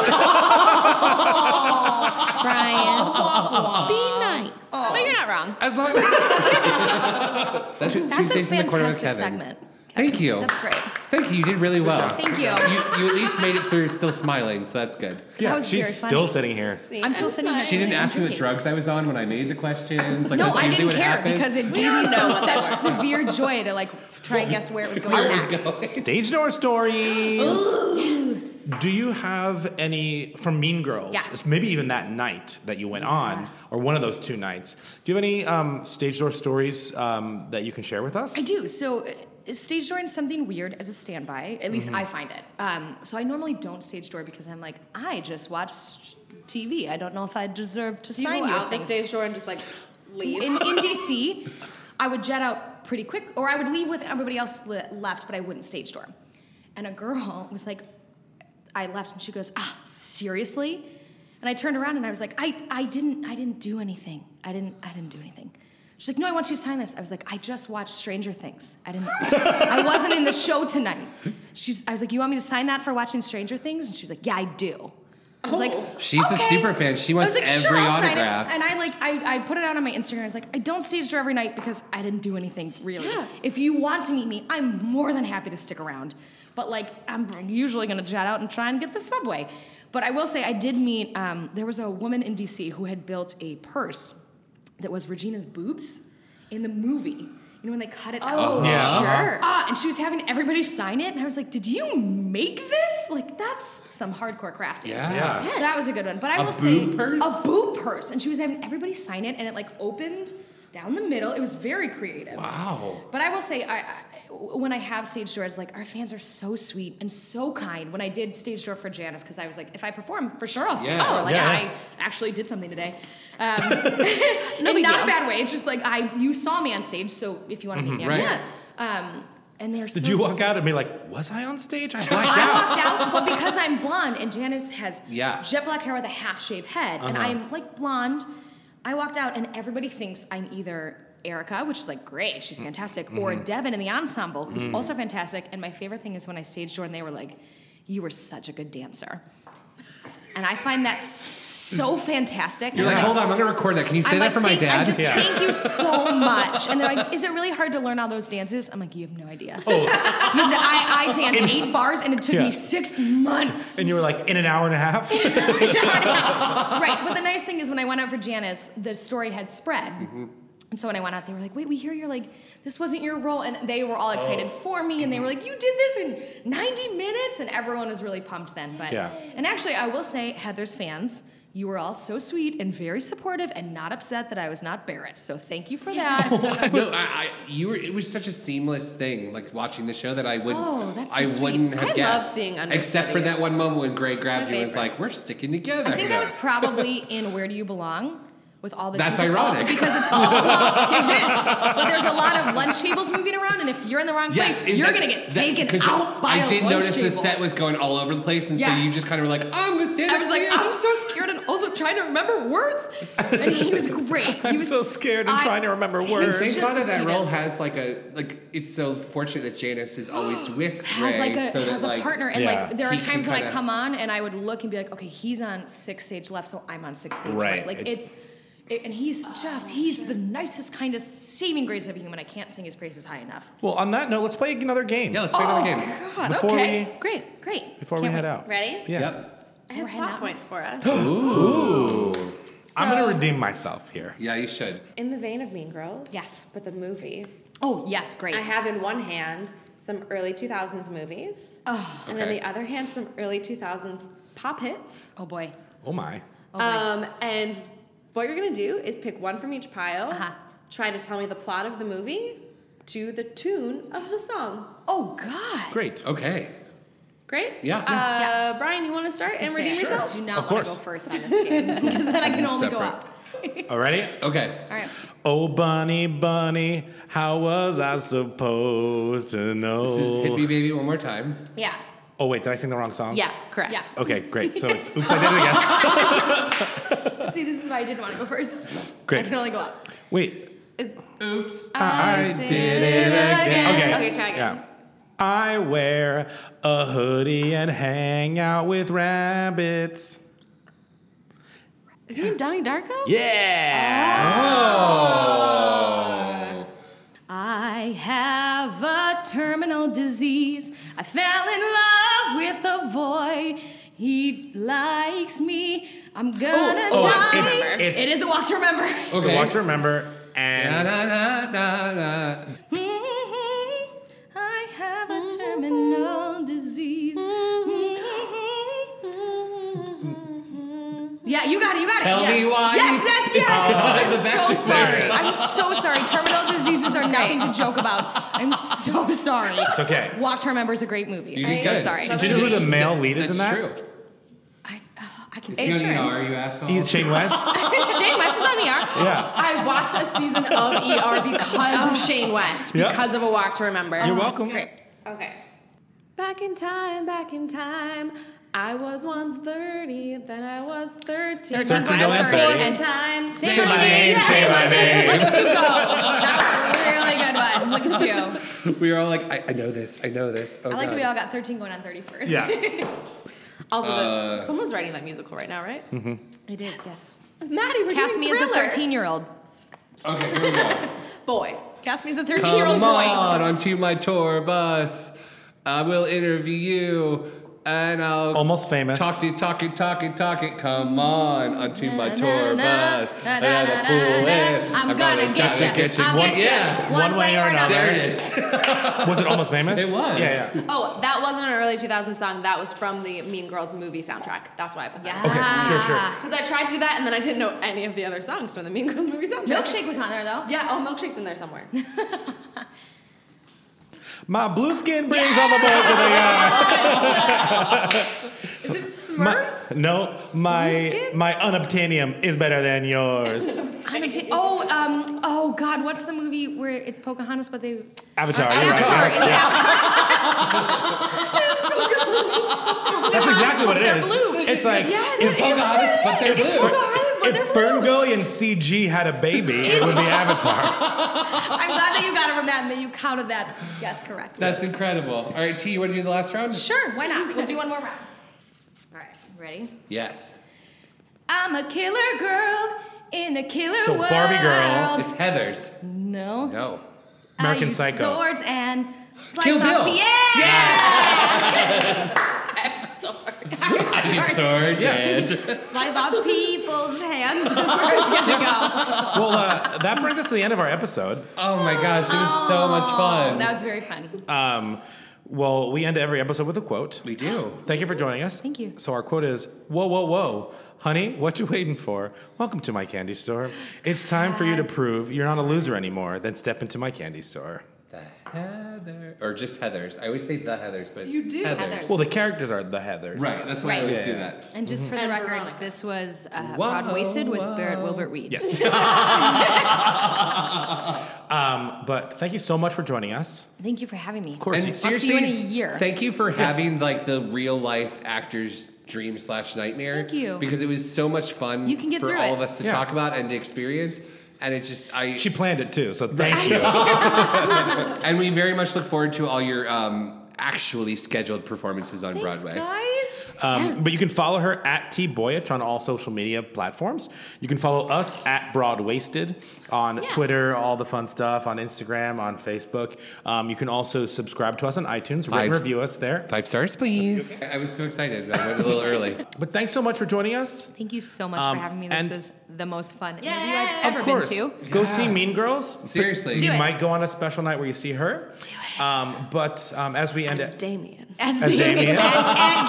Speaker 12: Brian.
Speaker 9: Be nice.
Speaker 12: Oh.
Speaker 9: But you're not wrong.
Speaker 11: As long That's Tuesdays in the Corner with Kevin. Thank you.
Speaker 12: That's great.
Speaker 11: Thank you. You did really well.
Speaker 12: job. Thank you.
Speaker 11: you. You at least made it through still smiling, so that's good.
Speaker 12: Yeah, That was she's very funny. still
Speaker 10: sitting here.
Speaker 12: I'm still sitting here.
Speaker 11: She didn't
Speaker 12: and
Speaker 11: ask me what
Speaker 12: drinking.
Speaker 11: drugs I was on when I made the questions. Like
Speaker 12: no,
Speaker 11: that's
Speaker 12: I
Speaker 11: usually
Speaker 12: didn't
Speaker 11: what
Speaker 12: care
Speaker 11: happens.
Speaker 12: because it gave me some such severe joy to like f- try and guess where it was going next.
Speaker 10: Stage door stories.
Speaker 12: Ooh.
Speaker 10: Do you have any from Mean Girls?
Speaker 12: Yeah.
Speaker 10: Maybe even that night that you went on, or one of those two nights. Do you have any um, stage door stories um, that you can share with us?
Speaker 12: I do. So uh, stage door is something weird as a standby. At least
Speaker 10: Mhm.
Speaker 12: I find it. Um, so I normally don't stage door because I'm like, I just watched TV. I don't know if I deserve to
Speaker 9: Do you
Speaker 12: sign
Speaker 9: go
Speaker 12: your
Speaker 9: out the
Speaker 12: things.
Speaker 9: stage door and just like leave?
Speaker 12: in, in DC, I would jet out pretty quick, or I would leave with everybody else le- left, but I wouldn't stage door. And a girl was like, I left, and she goes, Ah, seriously? And I turned around and I was like, I, I didn't I didn't do anything. I didn't I didn't do anything. She's like, No, I want you to sign this. I was like, I just watched Stranger Things. I didn't I wasn't in the show tonight. She's I was like, You want me to sign that for watching Stranger Things? And she was like, Yeah, I do. I was like,
Speaker 11: Oh. She's a
Speaker 12: okay.
Speaker 11: super fan. She wants
Speaker 12: I was like, sure,
Speaker 11: every
Speaker 12: I'll sign it.
Speaker 11: autograph.
Speaker 12: And I like, I, I put it out on my Instagram. I was like, I don't stage door every night because I didn't do anything really. If you want to meet me, I'm more than happy to stick around. But like, I'm usually gonna jet out and try and get the subway. But I will say, I did meet. Um, there was a woman in DC who had built a purse that was Regina's boobs in the movie. You know when they cut it out?
Speaker 9: Oh, Yeah.
Speaker 11: Uh-huh.
Speaker 9: sure.
Speaker 12: Ah, and she was having everybody sign it, and I was like, "Did you make this? Like, that's some hardcore crafting."
Speaker 11: Yeah. Yeah.
Speaker 12: So that was a good one. But I
Speaker 11: A
Speaker 12: will say,
Speaker 11: boob purse?
Speaker 12: a boop purse, and she was having everybody sign it, and it like opened down the middle. It was very creative.
Speaker 11: Wow.
Speaker 12: But I will say, I, I when I have stage door, it's like our fans are so sweet and so kind. When I did stage door for Janice, because I was like, if I perform, for sure I'll stage
Speaker 9: Yeah.
Speaker 12: door. Like
Speaker 9: Yeah.
Speaker 12: I actually did something today. Um,
Speaker 9: No
Speaker 12: in
Speaker 9: big
Speaker 12: not
Speaker 9: deal.
Speaker 12: a bad way. It's just like I, you saw me on stage, so if you want to meet me,
Speaker 10: Mhm,
Speaker 12: I'm
Speaker 10: right.
Speaker 12: here. Um, and they're
Speaker 10: Did
Speaker 12: so
Speaker 10: you walk out and be like, was I on stage? I blacked
Speaker 12: I
Speaker 10: out.
Speaker 12: walked out, but because I'm blonde and Janice has
Speaker 10: Yeah.
Speaker 12: jet black hair with a half shaved head, and
Speaker 10: Uh-huh.
Speaker 12: I'm like blonde, I walked out and everybody thinks I'm either Erica, which is like great, she's fantastic, or
Speaker 9: Mhm.
Speaker 12: Devin in the ensemble, who's
Speaker 9: Mm.
Speaker 12: also fantastic. And my favorite thing is when I staged her and they were like, You were such a good dancer. And I find that so fantastic.
Speaker 11: You're like, hold on, I'm gonna record that. Can you say
Speaker 12: I'm
Speaker 11: that
Speaker 12: like,
Speaker 11: for my
Speaker 12: thank-
Speaker 11: dad?
Speaker 12: I just thank you so much. And they're like, is it really hard to learn all those dances? I'm like, you have no idea.
Speaker 11: Oh.
Speaker 12: You have no- I, I danced
Speaker 10: In-
Speaker 12: eight bars and it took
Speaker 10: Yeah.
Speaker 12: me six months.
Speaker 10: And you were like, in an hour and a half?
Speaker 12: right. But the nice thing is when I went out for Janice, the story had spread.
Speaker 9: Mm-hmm.
Speaker 12: And so when I went out, they were like, wait, we hear you're like, this wasn't your role. And they were all excited
Speaker 9: Oh.
Speaker 12: for me. And they were like, you did this in 90 minutes. And everyone was really pumped then. But,
Speaker 9: Yeah.
Speaker 12: and actually, I will say, Heather's fans, you were all so sweet and very supportive and not upset that I was not Barrett. So thank you for that.
Speaker 11: no, I, I, you were. It was such a seamless thing, like watching the show that I would.
Speaker 12: Oh, that's so
Speaker 11: I
Speaker 12: sweet.
Speaker 11: wouldn't have
Speaker 12: I love
Speaker 11: guessed.
Speaker 12: seeing
Speaker 11: except for that
Speaker 12: understudies.
Speaker 11: one moment when Gray grabbed you and was
Speaker 12: favorite.
Speaker 11: like, "We're sticking together."
Speaker 12: I think
Speaker 11: here."
Speaker 12: that was probably in Where Do You Belong? With all the
Speaker 11: That's
Speaker 12: because of all-
Speaker 11: ironic.
Speaker 12: because it's all about, it is. But there's a lot of lunch tables moving around, and if you're in the wrong
Speaker 11: Yes,
Speaker 12: place,
Speaker 11: in
Speaker 12: you're
Speaker 11: that-
Speaker 12: gonna get
Speaker 11: that-
Speaker 12: taken
Speaker 11: 'cause
Speaker 12: out by
Speaker 11: I
Speaker 12: a
Speaker 11: did
Speaker 12: lunch
Speaker 11: notice
Speaker 12: table.
Speaker 11: the set was going all over the place, and
Speaker 12: Yeah.
Speaker 11: so you just kind of were like, "I'm gonna stand
Speaker 12: I
Speaker 11: up
Speaker 12: was
Speaker 11: for
Speaker 12: like,
Speaker 11: you."
Speaker 12: I'm so scared and also trying to remember words. And he was great. He
Speaker 10: I'm
Speaker 12: was
Speaker 10: so scared and
Speaker 12: I-
Speaker 10: trying to remember
Speaker 12: he's
Speaker 10: words.
Speaker 11: They
Speaker 12: just
Speaker 11: thought
Speaker 12: the
Speaker 11: that that role
Speaker 12: sweetest.
Speaker 11: has like a like. It's so fortunate that Janice is always with Gray,
Speaker 12: has like a
Speaker 11: so that,
Speaker 12: has a
Speaker 11: like,
Speaker 12: partner, and like there are
Speaker 11: he can
Speaker 12: times when I
Speaker 11: kinda-
Speaker 12: come on and I would look and be like, okay, he's on six stage left, so I'm on six stage
Speaker 11: Right.
Speaker 12: right. Like it's. it- and he's just, he's the nicest, kindest, saving grace of a human. I can't sing his praises high enough.
Speaker 10: well, on that note, let's play another game. Yeah,
Speaker 11: let's
Speaker 12: oh, God.
Speaker 10: Before
Speaker 12: okay.
Speaker 10: we-
Speaker 12: great. Great.
Speaker 10: Before we
Speaker 12: Can't
Speaker 10: head
Speaker 12: wait.
Speaker 10: out.
Speaker 9: Ready?
Speaker 10: Yeah.
Speaker 9: I have plot points for us.
Speaker 10: Ooh. I'm going to
Speaker 9: So-
Speaker 10: redeem myself here.
Speaker 11: Yeah, you should.
Speaker 9: In the vein of Mean Girls. Yes. But the movie.
Speaker 12: Oh, yes, great.
Speaker 9: I have in one hand some early 2000s movies.
Speaker 12: Oh.
Speaker 9: And in
Speaker 10: Okay.
Speaker 9: the other hand, some early 2000s pop hits.
Speaker 12: Oh, boy.
Speaker 10: Oh, my.
Speaker 9: um, and what you're going to do is pick one from each pile,
Speaker 12: Uh-huh.
Speaker 9: try to tell me the plot of the movie to the tune of the song.
Speaker 12: Oh, God.
Speaker 10: Great.
Speaker 11: Okay.
Speaker 9: Great?
Speaker 11: Yeah.
Speaker 9: Uh, Brian, you want to start and redeem
Speaker 12: Sure.
Speaker 9: yourself?
Speaker 12: Do
Speaker 10: Of
Speaker 12: not want to
Speaker 10: course.
Speaker 12: go first on this game because then I can only go
Speaker 10: Separate.
Speaker 12: up.
Speaker 10: All Oh, ready?
Speaker 11: Okay.
Speaker 12: All right.
Speaker 10: Oh, bunny, bunny, how was I supposed to know?
Speaker 11: This is Hit Me Baby one more time.
Speaker 12: Yeah.
Speaker 10: Oh, wait, did I sing the wrong song?
Speaker 12: correct. Yeah.
Speaker 10: Okay, great. So it's Oops, I Did It Again.
Speaker 12: See, this is why I didn't want to go first. I
Speaker 10: Great.
Speaker 12: can only go up.
Speaker 10: Wait.
Speaker 9: It's
Speaker 11: oops.
Speaker 10: I, did, it again.
Speaker 9: Okay, try again.
Speaker 10: Yeah. I wear a hoodie and hang out with rabbits.
Speaker 9: Is he in Donnie Darko?
Speaker 10: Yeah.
Speaker 12: I have a terminal disease. I fell in love with a boy. He likes me. I'm
Speaker 10: Oh,
Speaker 12: gonna
Speaker 10: oh,
Speaker 12: die.
Speaker 10: it's- it's-
Speaker 12: It is a walk to remember.
Speaker 10: It's a walk to remember and
Speaker 12: I have a terminal disease. Yeah, you got it. You got
Speaker 11: Tell
Speaker 12: it. yeah.
Speaker 11: me why
Speaker 12: Yes,
Speaker 11: you-
Speaker 12: yes, yes.
Speaker 11: Oh,
Speaker 12: I'm
Speaker 11: the
Speaker 12: so
Speaker 11: Backstreet
Speaker 12: sorry.
Speaker 11: Boys.
Speaker 12: I'm so sorry. Terminal diseases are nothing to joke about. I'm so sorry.
Speaker 10: It's okay.
Speaker 12: Walk to Remember is a great movie.
Speaker 10: You
Speaker 12: I'm
Speaker 10: just
Speaker 12: so
Speaker 10: said it.
Speaker 12: sorry.
Speaker 10: Did you know who the male lead is in that?
Speaker 11: That's true.
Speaker 12: I can
Speaker 11: It's
Speaker 12: Hey,
Speaker 10: E
Speaker 11: on
Speaker 12: sure.
Speaker 11: ER, you asshole.
Speaker 10: He's Shane West.
Speaker 9: Shane West is on
Speaker 12: E
Speaker 9: ER.
Speaker 10: Yeah. Oh.
Speaker 9: I watched a season of ER because of Shane West,
Speaker 10: Yeah.
Speaker 9: because of A Walk to Remember.
Speaker 10: You're welcome.
Speaker 9: Great. Okay. Back in time, back in time. I was once 30, then I was 13.
Speaker 10: 13
Speaker 9: I'm
Speaker 10: going
Speaker 9: 30.
Speaker 10: 30.
Speaker 9: And time.
Speaker 10: Say my name,
Speaker 9: Yeah,
Speaker 10: say my name.
Speaker 9: Look at you go.
Speaker 12: That was a really good one. Look at you.
Speaker 11: we were all like, I, I know this, I know this. Oh,
Speaker 12: I like
Speaker 11: God.
Speaker 12: that we all got 13 going on 31st.
Speaker 11: Yeah.
Speaker 3: Also,
Speaker 11: Uh,
Speaker 3: the, someone's writing that musical right now, right?
Speaker 11: Mhm.
Speaker 3: It is. Yes. Maddie, we're
Speaker 12: Cast
Speaker 3: doing
Speaker 12: me as the
Speaker 3: Thriller.
Speaker 12: 13 year old.
Speaker 11: Okay, here we go.
Speaker 3: boy.
Speaker 12: Cast me as the 13 year old
Speaker 11: Come
Speaker 12: boy.
Speaker 11: on onto my tour bus. I will interview you. And I'll
Speaker 10: almost famous.
Speaker 11: Talk to you, talk it, talk it, talk it. Come on onto my
Speaker 12: Mm-hmm. Na,
Speaker 11: tour
Speaker 12: na,
Speaker 11: bus.
Speaker 12: na, na,
Speaker 11: I gotta
Speaker 12: na, na,
Speaker 11: pull
Speaker 12: na.
Speaker 11: in.
Speaker 12: I'm
Speaker 11: I
Speaker 12: gonna
Speaker 11: gotta
Speaker 12: get
Speaker 11: try
Speaker 12: ya.
Speaker 11: to Get you.
Speaker 12: I'll
Speaker 11: One-
Speaker 12: get ya.
Speaker 11: yeah.
Speaker 12: One One way way or or another.
Speaker 11: There
Speaker 12: another.
Speaker 11: it is.
Speaker 10: Was it almost famous? It
Speaker 11: was.
Speaker 10: Yeah, yeah.
Speaker 3: Oh, that wasn't an early 2000s song. That was from the Mean Girls movie soundtrack. That's why I put that.
Speaker 10: Okay, sure, sure.
Speaker 3: Because I tried to do that and then I didn't know any of the other songs from the Mean Girls movie soundtrack.
Speaker 12: Milkshake was on there though.
Speaker 3: Yeah, oh, Milkshake's in there somewhere.
Speaker 10: My blue skin brings all the boys to the
Speaker 12: Is it
Speaker 10: My,
Speaker 12: Smurfs?
Speaker 10: no,
Speaker 12: Blue
Speaker 10: my
Speaker 12: skin?
Speaker 10: my unobtainium is better than yours.
Speaker 12: I'm a t- oh, um, oh God, what's the movie where it's Pocahontas but they
Speaker 10: Avatar.
Speaker 12: Avatar,
Speaker 10: you're right.
Speaker 12: is it Avatar?
Speaker 10: That's exactly what it
Speaker 12: They're
Speaker 10: is.
Speaker 12: blue.
Speaker 10: It's like
Speaker 12: Yes,
Speaker 10: if,
Speaker 12: it's Pocahontas,
Speaker 11: but they're
Speaker 10: if,
Speaker 11: blue.
Speaker 12: Pocahontas, but
Speaker 10: if
Speaker 12: they're blue.
Speaker 10: Ferngully and CG had a baby, it would be Avatar.
Speaker 12: I'm glad that you got it from that and that you counted that yes correctly.
Speaker 11: That's incredible. All right, T, you want to do the last round?
Speaker 12: Sure, why not? We'll do one more round. All right, ready?
Speaker 11: Yes.
Speaker 12: I'm a killer girl in a killer
Speaker 11: So
Speaker 12: world.
Speaker 11: Barbie girl. It's Heather's.
Speaker 12: No.
Speaker 11: No.
Speaker 12: I use Swords and slice
Speaker 11: Kill
Speaker 12: off
Speaker 11: Bill.
Speaker 12: the
Speaker 11: Yes.
Speaker 12: I'm sorry. I'm sorry.
Speaker 11: Sword
Speaker 12: Slice off people's hands is where it's gonna go.
Speaker 10: well, uh, that brings us to the end of our episode.
Speaker 11: Oh my gosh, it was so much fun.
Speaker 12: Oh, That was very fun.
Speaker 10: Um, well, we end every episode with a quote.
Speaker 11: We do.
Speaker 10: Thank you for joining us.
Speaker 12: Thank you.
Speaker 10: So our quote is, "Whoa, whoa, whoa, honey, what you waiting for? Welcome to my candy store. It's time for you to prove you're not a loser anymore. Then step into my candy store."
Speaker 11: The Heather. Or just Heather's. I always say the Heather's, but it's
Speaker 12: You do. Heathers.
Speaker 11: Heather's.
Speaker 10: Well, the characters are the Heathers.
Speaker 11: Right, that's why I always do
Speaker 10: Yeah.
Speaker 11: that.
Speaker 12: And just for the record, this was uh, Broad Wasted with Barrett Wilbert Weed.
Speaker 10: Yes. Um, but thank you so much for joining us.
Speaker 12: Thank you for having me. Of
Speaker 10: course.
Speaker 11: And
Speaker 10: I'll see
Speaker 11: seriously,
Speaker 12: you in a year.
Speaker 11: Thank you for having like the real life actors dream slash nightmare.
Speaker 12: Thank you.
Speaker 11: Because it was so much fun
Speaker 12: You can get
Speaker 11: for
Speaker 12: through
Speaker 11: all
Speaker 12: it.
Speaker 11: of us to
Speaker 10: Yeah.
Speaker 11: talk about and to experience. And it just I
Speaker 10: She planned it too, so thank you.
Speaker 11: and we very much look forward to all your um, actually scheduled performances on Broadway.
Speaker 12: Guys.
Speaker 10: Um, But you can follow her at T Boyich on all social media platforms. You can follow us at Broad Wasted on Twitter, all the fun stuff, on Instagram, on Facebook. Um, you can also subscribe to us on iTunes, rate
Speaker 11: Five-
Speaker 10: and review us there.
Speaker 11: Five stars, please. I was so excited. I went a little early.
Speaker 10: But thanks so much for joining us.
Speaker 12: Thank you so much
Speaker 10: Um,
Speaker 12: for having me. This
Speaker 10: and-
Speaker 12: was the most fun interview I've ever
Speaker 10: of course,
Speaker 12: been to.
Speaker 10: go see Mean Girls. But
Speaker 11: Seriously.
Speaker 12: Do
Speaker 10: you
Speaker 12: it.
Speaker 10: might go on a special night where you see her. Do it. Um, but um, as we end it,
Speaker 3: Damien.
Speaker 12: As
Speaker 10: And
Speaker 12: Damien
Speaker 10: Damien.
Speaker 12: and, and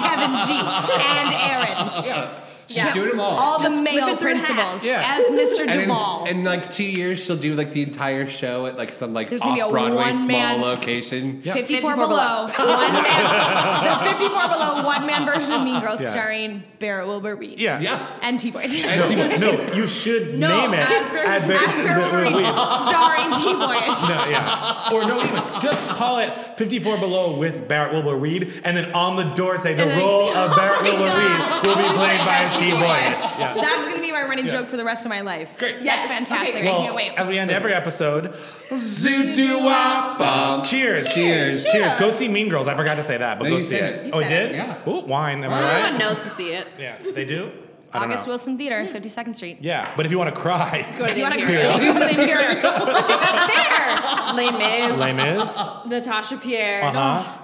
Speaker 12: Kevin G and Aaron.
Speaker 11: Yeah. She's doing them all.
Speaker 12: All the male
Speaker 3: flipping through
Speaker 12: principals.
Speaker 10: Yeah.
Speaker 12: As Mr.
Speaker 11: And in,
Speaker 12: Duvall.
Speaker 11: in like two years, she'll do like the entire show at like some like
Speaker 12: There's gonna be a
Speaker 11: off Broadway small
Speaker 12: one-man-
Speaker 11: location.
Speaker 12: 54,
Speaker 3: 54
Speaker 12: below. one man, the 54 below one man version of Mean Girls
Speaker 10: Yeah.
Speaker 12: starring Barrett Wilbur Reed.
Speaker 10: yeah.
Speaker 11: Yeah.
Speaker 12: And T Boy.
Speaker 11: And T-Boy.
Speaker 10: No, you should
Speaker 12: No,
Speaker 10: name it.
Speaker 12: Asper,
Speaker 10: at Barry-
Speaker 12: Asper Reed, starring T Boyish.
Speaker 10: No, yeah. Or no, even just call it 54 Below with Barrett Wilbur Reed, and then on the door say the
Speaker 12: And then-
Speaker 10: role of Barrett
Speaker 12: Oh my
Speaker 10: Wilbur Reed
Speaker 12: God.
Speaker 10: will be played by
Speaker 12: T.
Speaker 10: T.
Speaker 12: Boyish.
Speaker 10: Boyish. Yeah.
Speaker 12: That's gonna be my running
Speaker 10: Yeah.
Speaker 12: joke for the rest of my life.
Speaker 10: Great.
Speaker 12: That's fantastic. I
Speaker 10: Well,
Speaker 12: can't wait.
Speaker 10: as we end every episode,
Speaker 11: Zoo doo wop bum.
Speaker 10: cheers,
Speaker 11: Um, Cheers.
Speaker 10: cheers, Go see Mean Girls. I forgot to say that, but
Speaker 11: No,
Speaker 10: go
Speaker 11: you
Speaker 10: see
Speaker 11: said
Speaker 10: it.
Speaker 11: it. You
Speaker 10: Oh, it
Speaker 12: said
Speaker 10: did?
Speaker 12: it.
Speaker 11: Yeah.
Speaker 10: Ooh, wine. Am I right?
Speaker 3: Everyone knows to see it.
Speaker 10: Yeah, they do. I don't
Speaker 12: August
Speaker 10: know.
Speaker 12: Wilson Theater, 52nd Street.
Speaker 10: Yeah, but if you want to cry,
Speaker 3: Go to the
Speaker 12: You want to
Speaker 3: Imperial.
Speaker 12: grill? Then here we go.
Speaker 3: Les Mis,
Speaker 10: lame is.
Speaker 3: Natasha Pierre,
Speaker 10: Uh huh.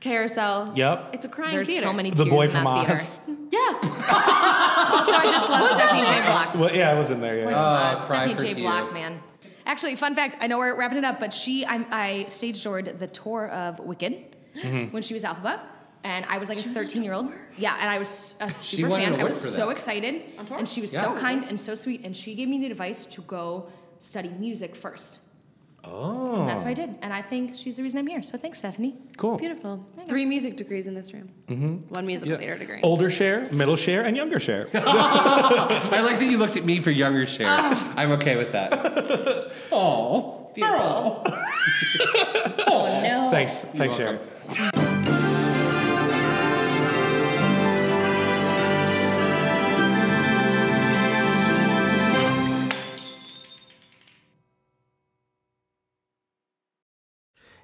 Speaker 3: Carousel.
Speaker 10: Yep.
Speaker 3: It's a crime
Speaker 12: There's
Speaker 3: theater.
Speaker 12: so many
Speaker 10: The
Speaker 12: tears
Speaker 10: boy
Speaker 12: in
Speaker 10: from
Speaker 12: that
Speaker 10: Oz.
Speaker 12: theater.
Speaker 3: Yeah.
Speaker 12: Also, I just love Stephanie J. Block.
Speaker 10: Well, yeah, I was in there. Yeah.
Speaker 11: Ah,
Speaker 12: uh,
Speaker 11: cry
Speaker 12: Stephanie
Speaker 11: for
Speaker 12: J.
Speaker 11: Q.
Speaker 12: Block, man. Actually, fun fact. I know we're wrapping it up, but she, I, I stage doored the tour of Wicked
Speaker 11: Mm-hmm.
Speaker 12: when she was Alphaba, and I was like a 13 year old. Yeah, and I was a super
Speaker 11: won an
Speaker 12: fan. I
Speaker 11: award
Speaker 12: was
Speaker 11: for
Speaker 12: so
Speaker 11: that.
Speaker 12: excited, and she was so
Speaker 11: Yeah.
Speaker 12: kind and so sweet, and she gave me the advice to go study music first.
Speaker 10: Oh,
Speaker 12: And that's what I did, and I think she's the reason I'm here. So thanks, Stephanie.
Speaker 10: cool.
Speaker 3: Beautiful. Three music degrees in this room. One musical theater degree.
Speaker 10: Older share, middle share, and younger share.
Speaker 11: I like that you looked at me for younger share.
Speaker 12: Ah.
Speaker 11: I'm okay with that. Oh.
Speaker 3: Beautiful.
Speaker 12: Oh no.
Speaker 10: Thanks. Thanks, Sharon.
Speaker 11: welcome.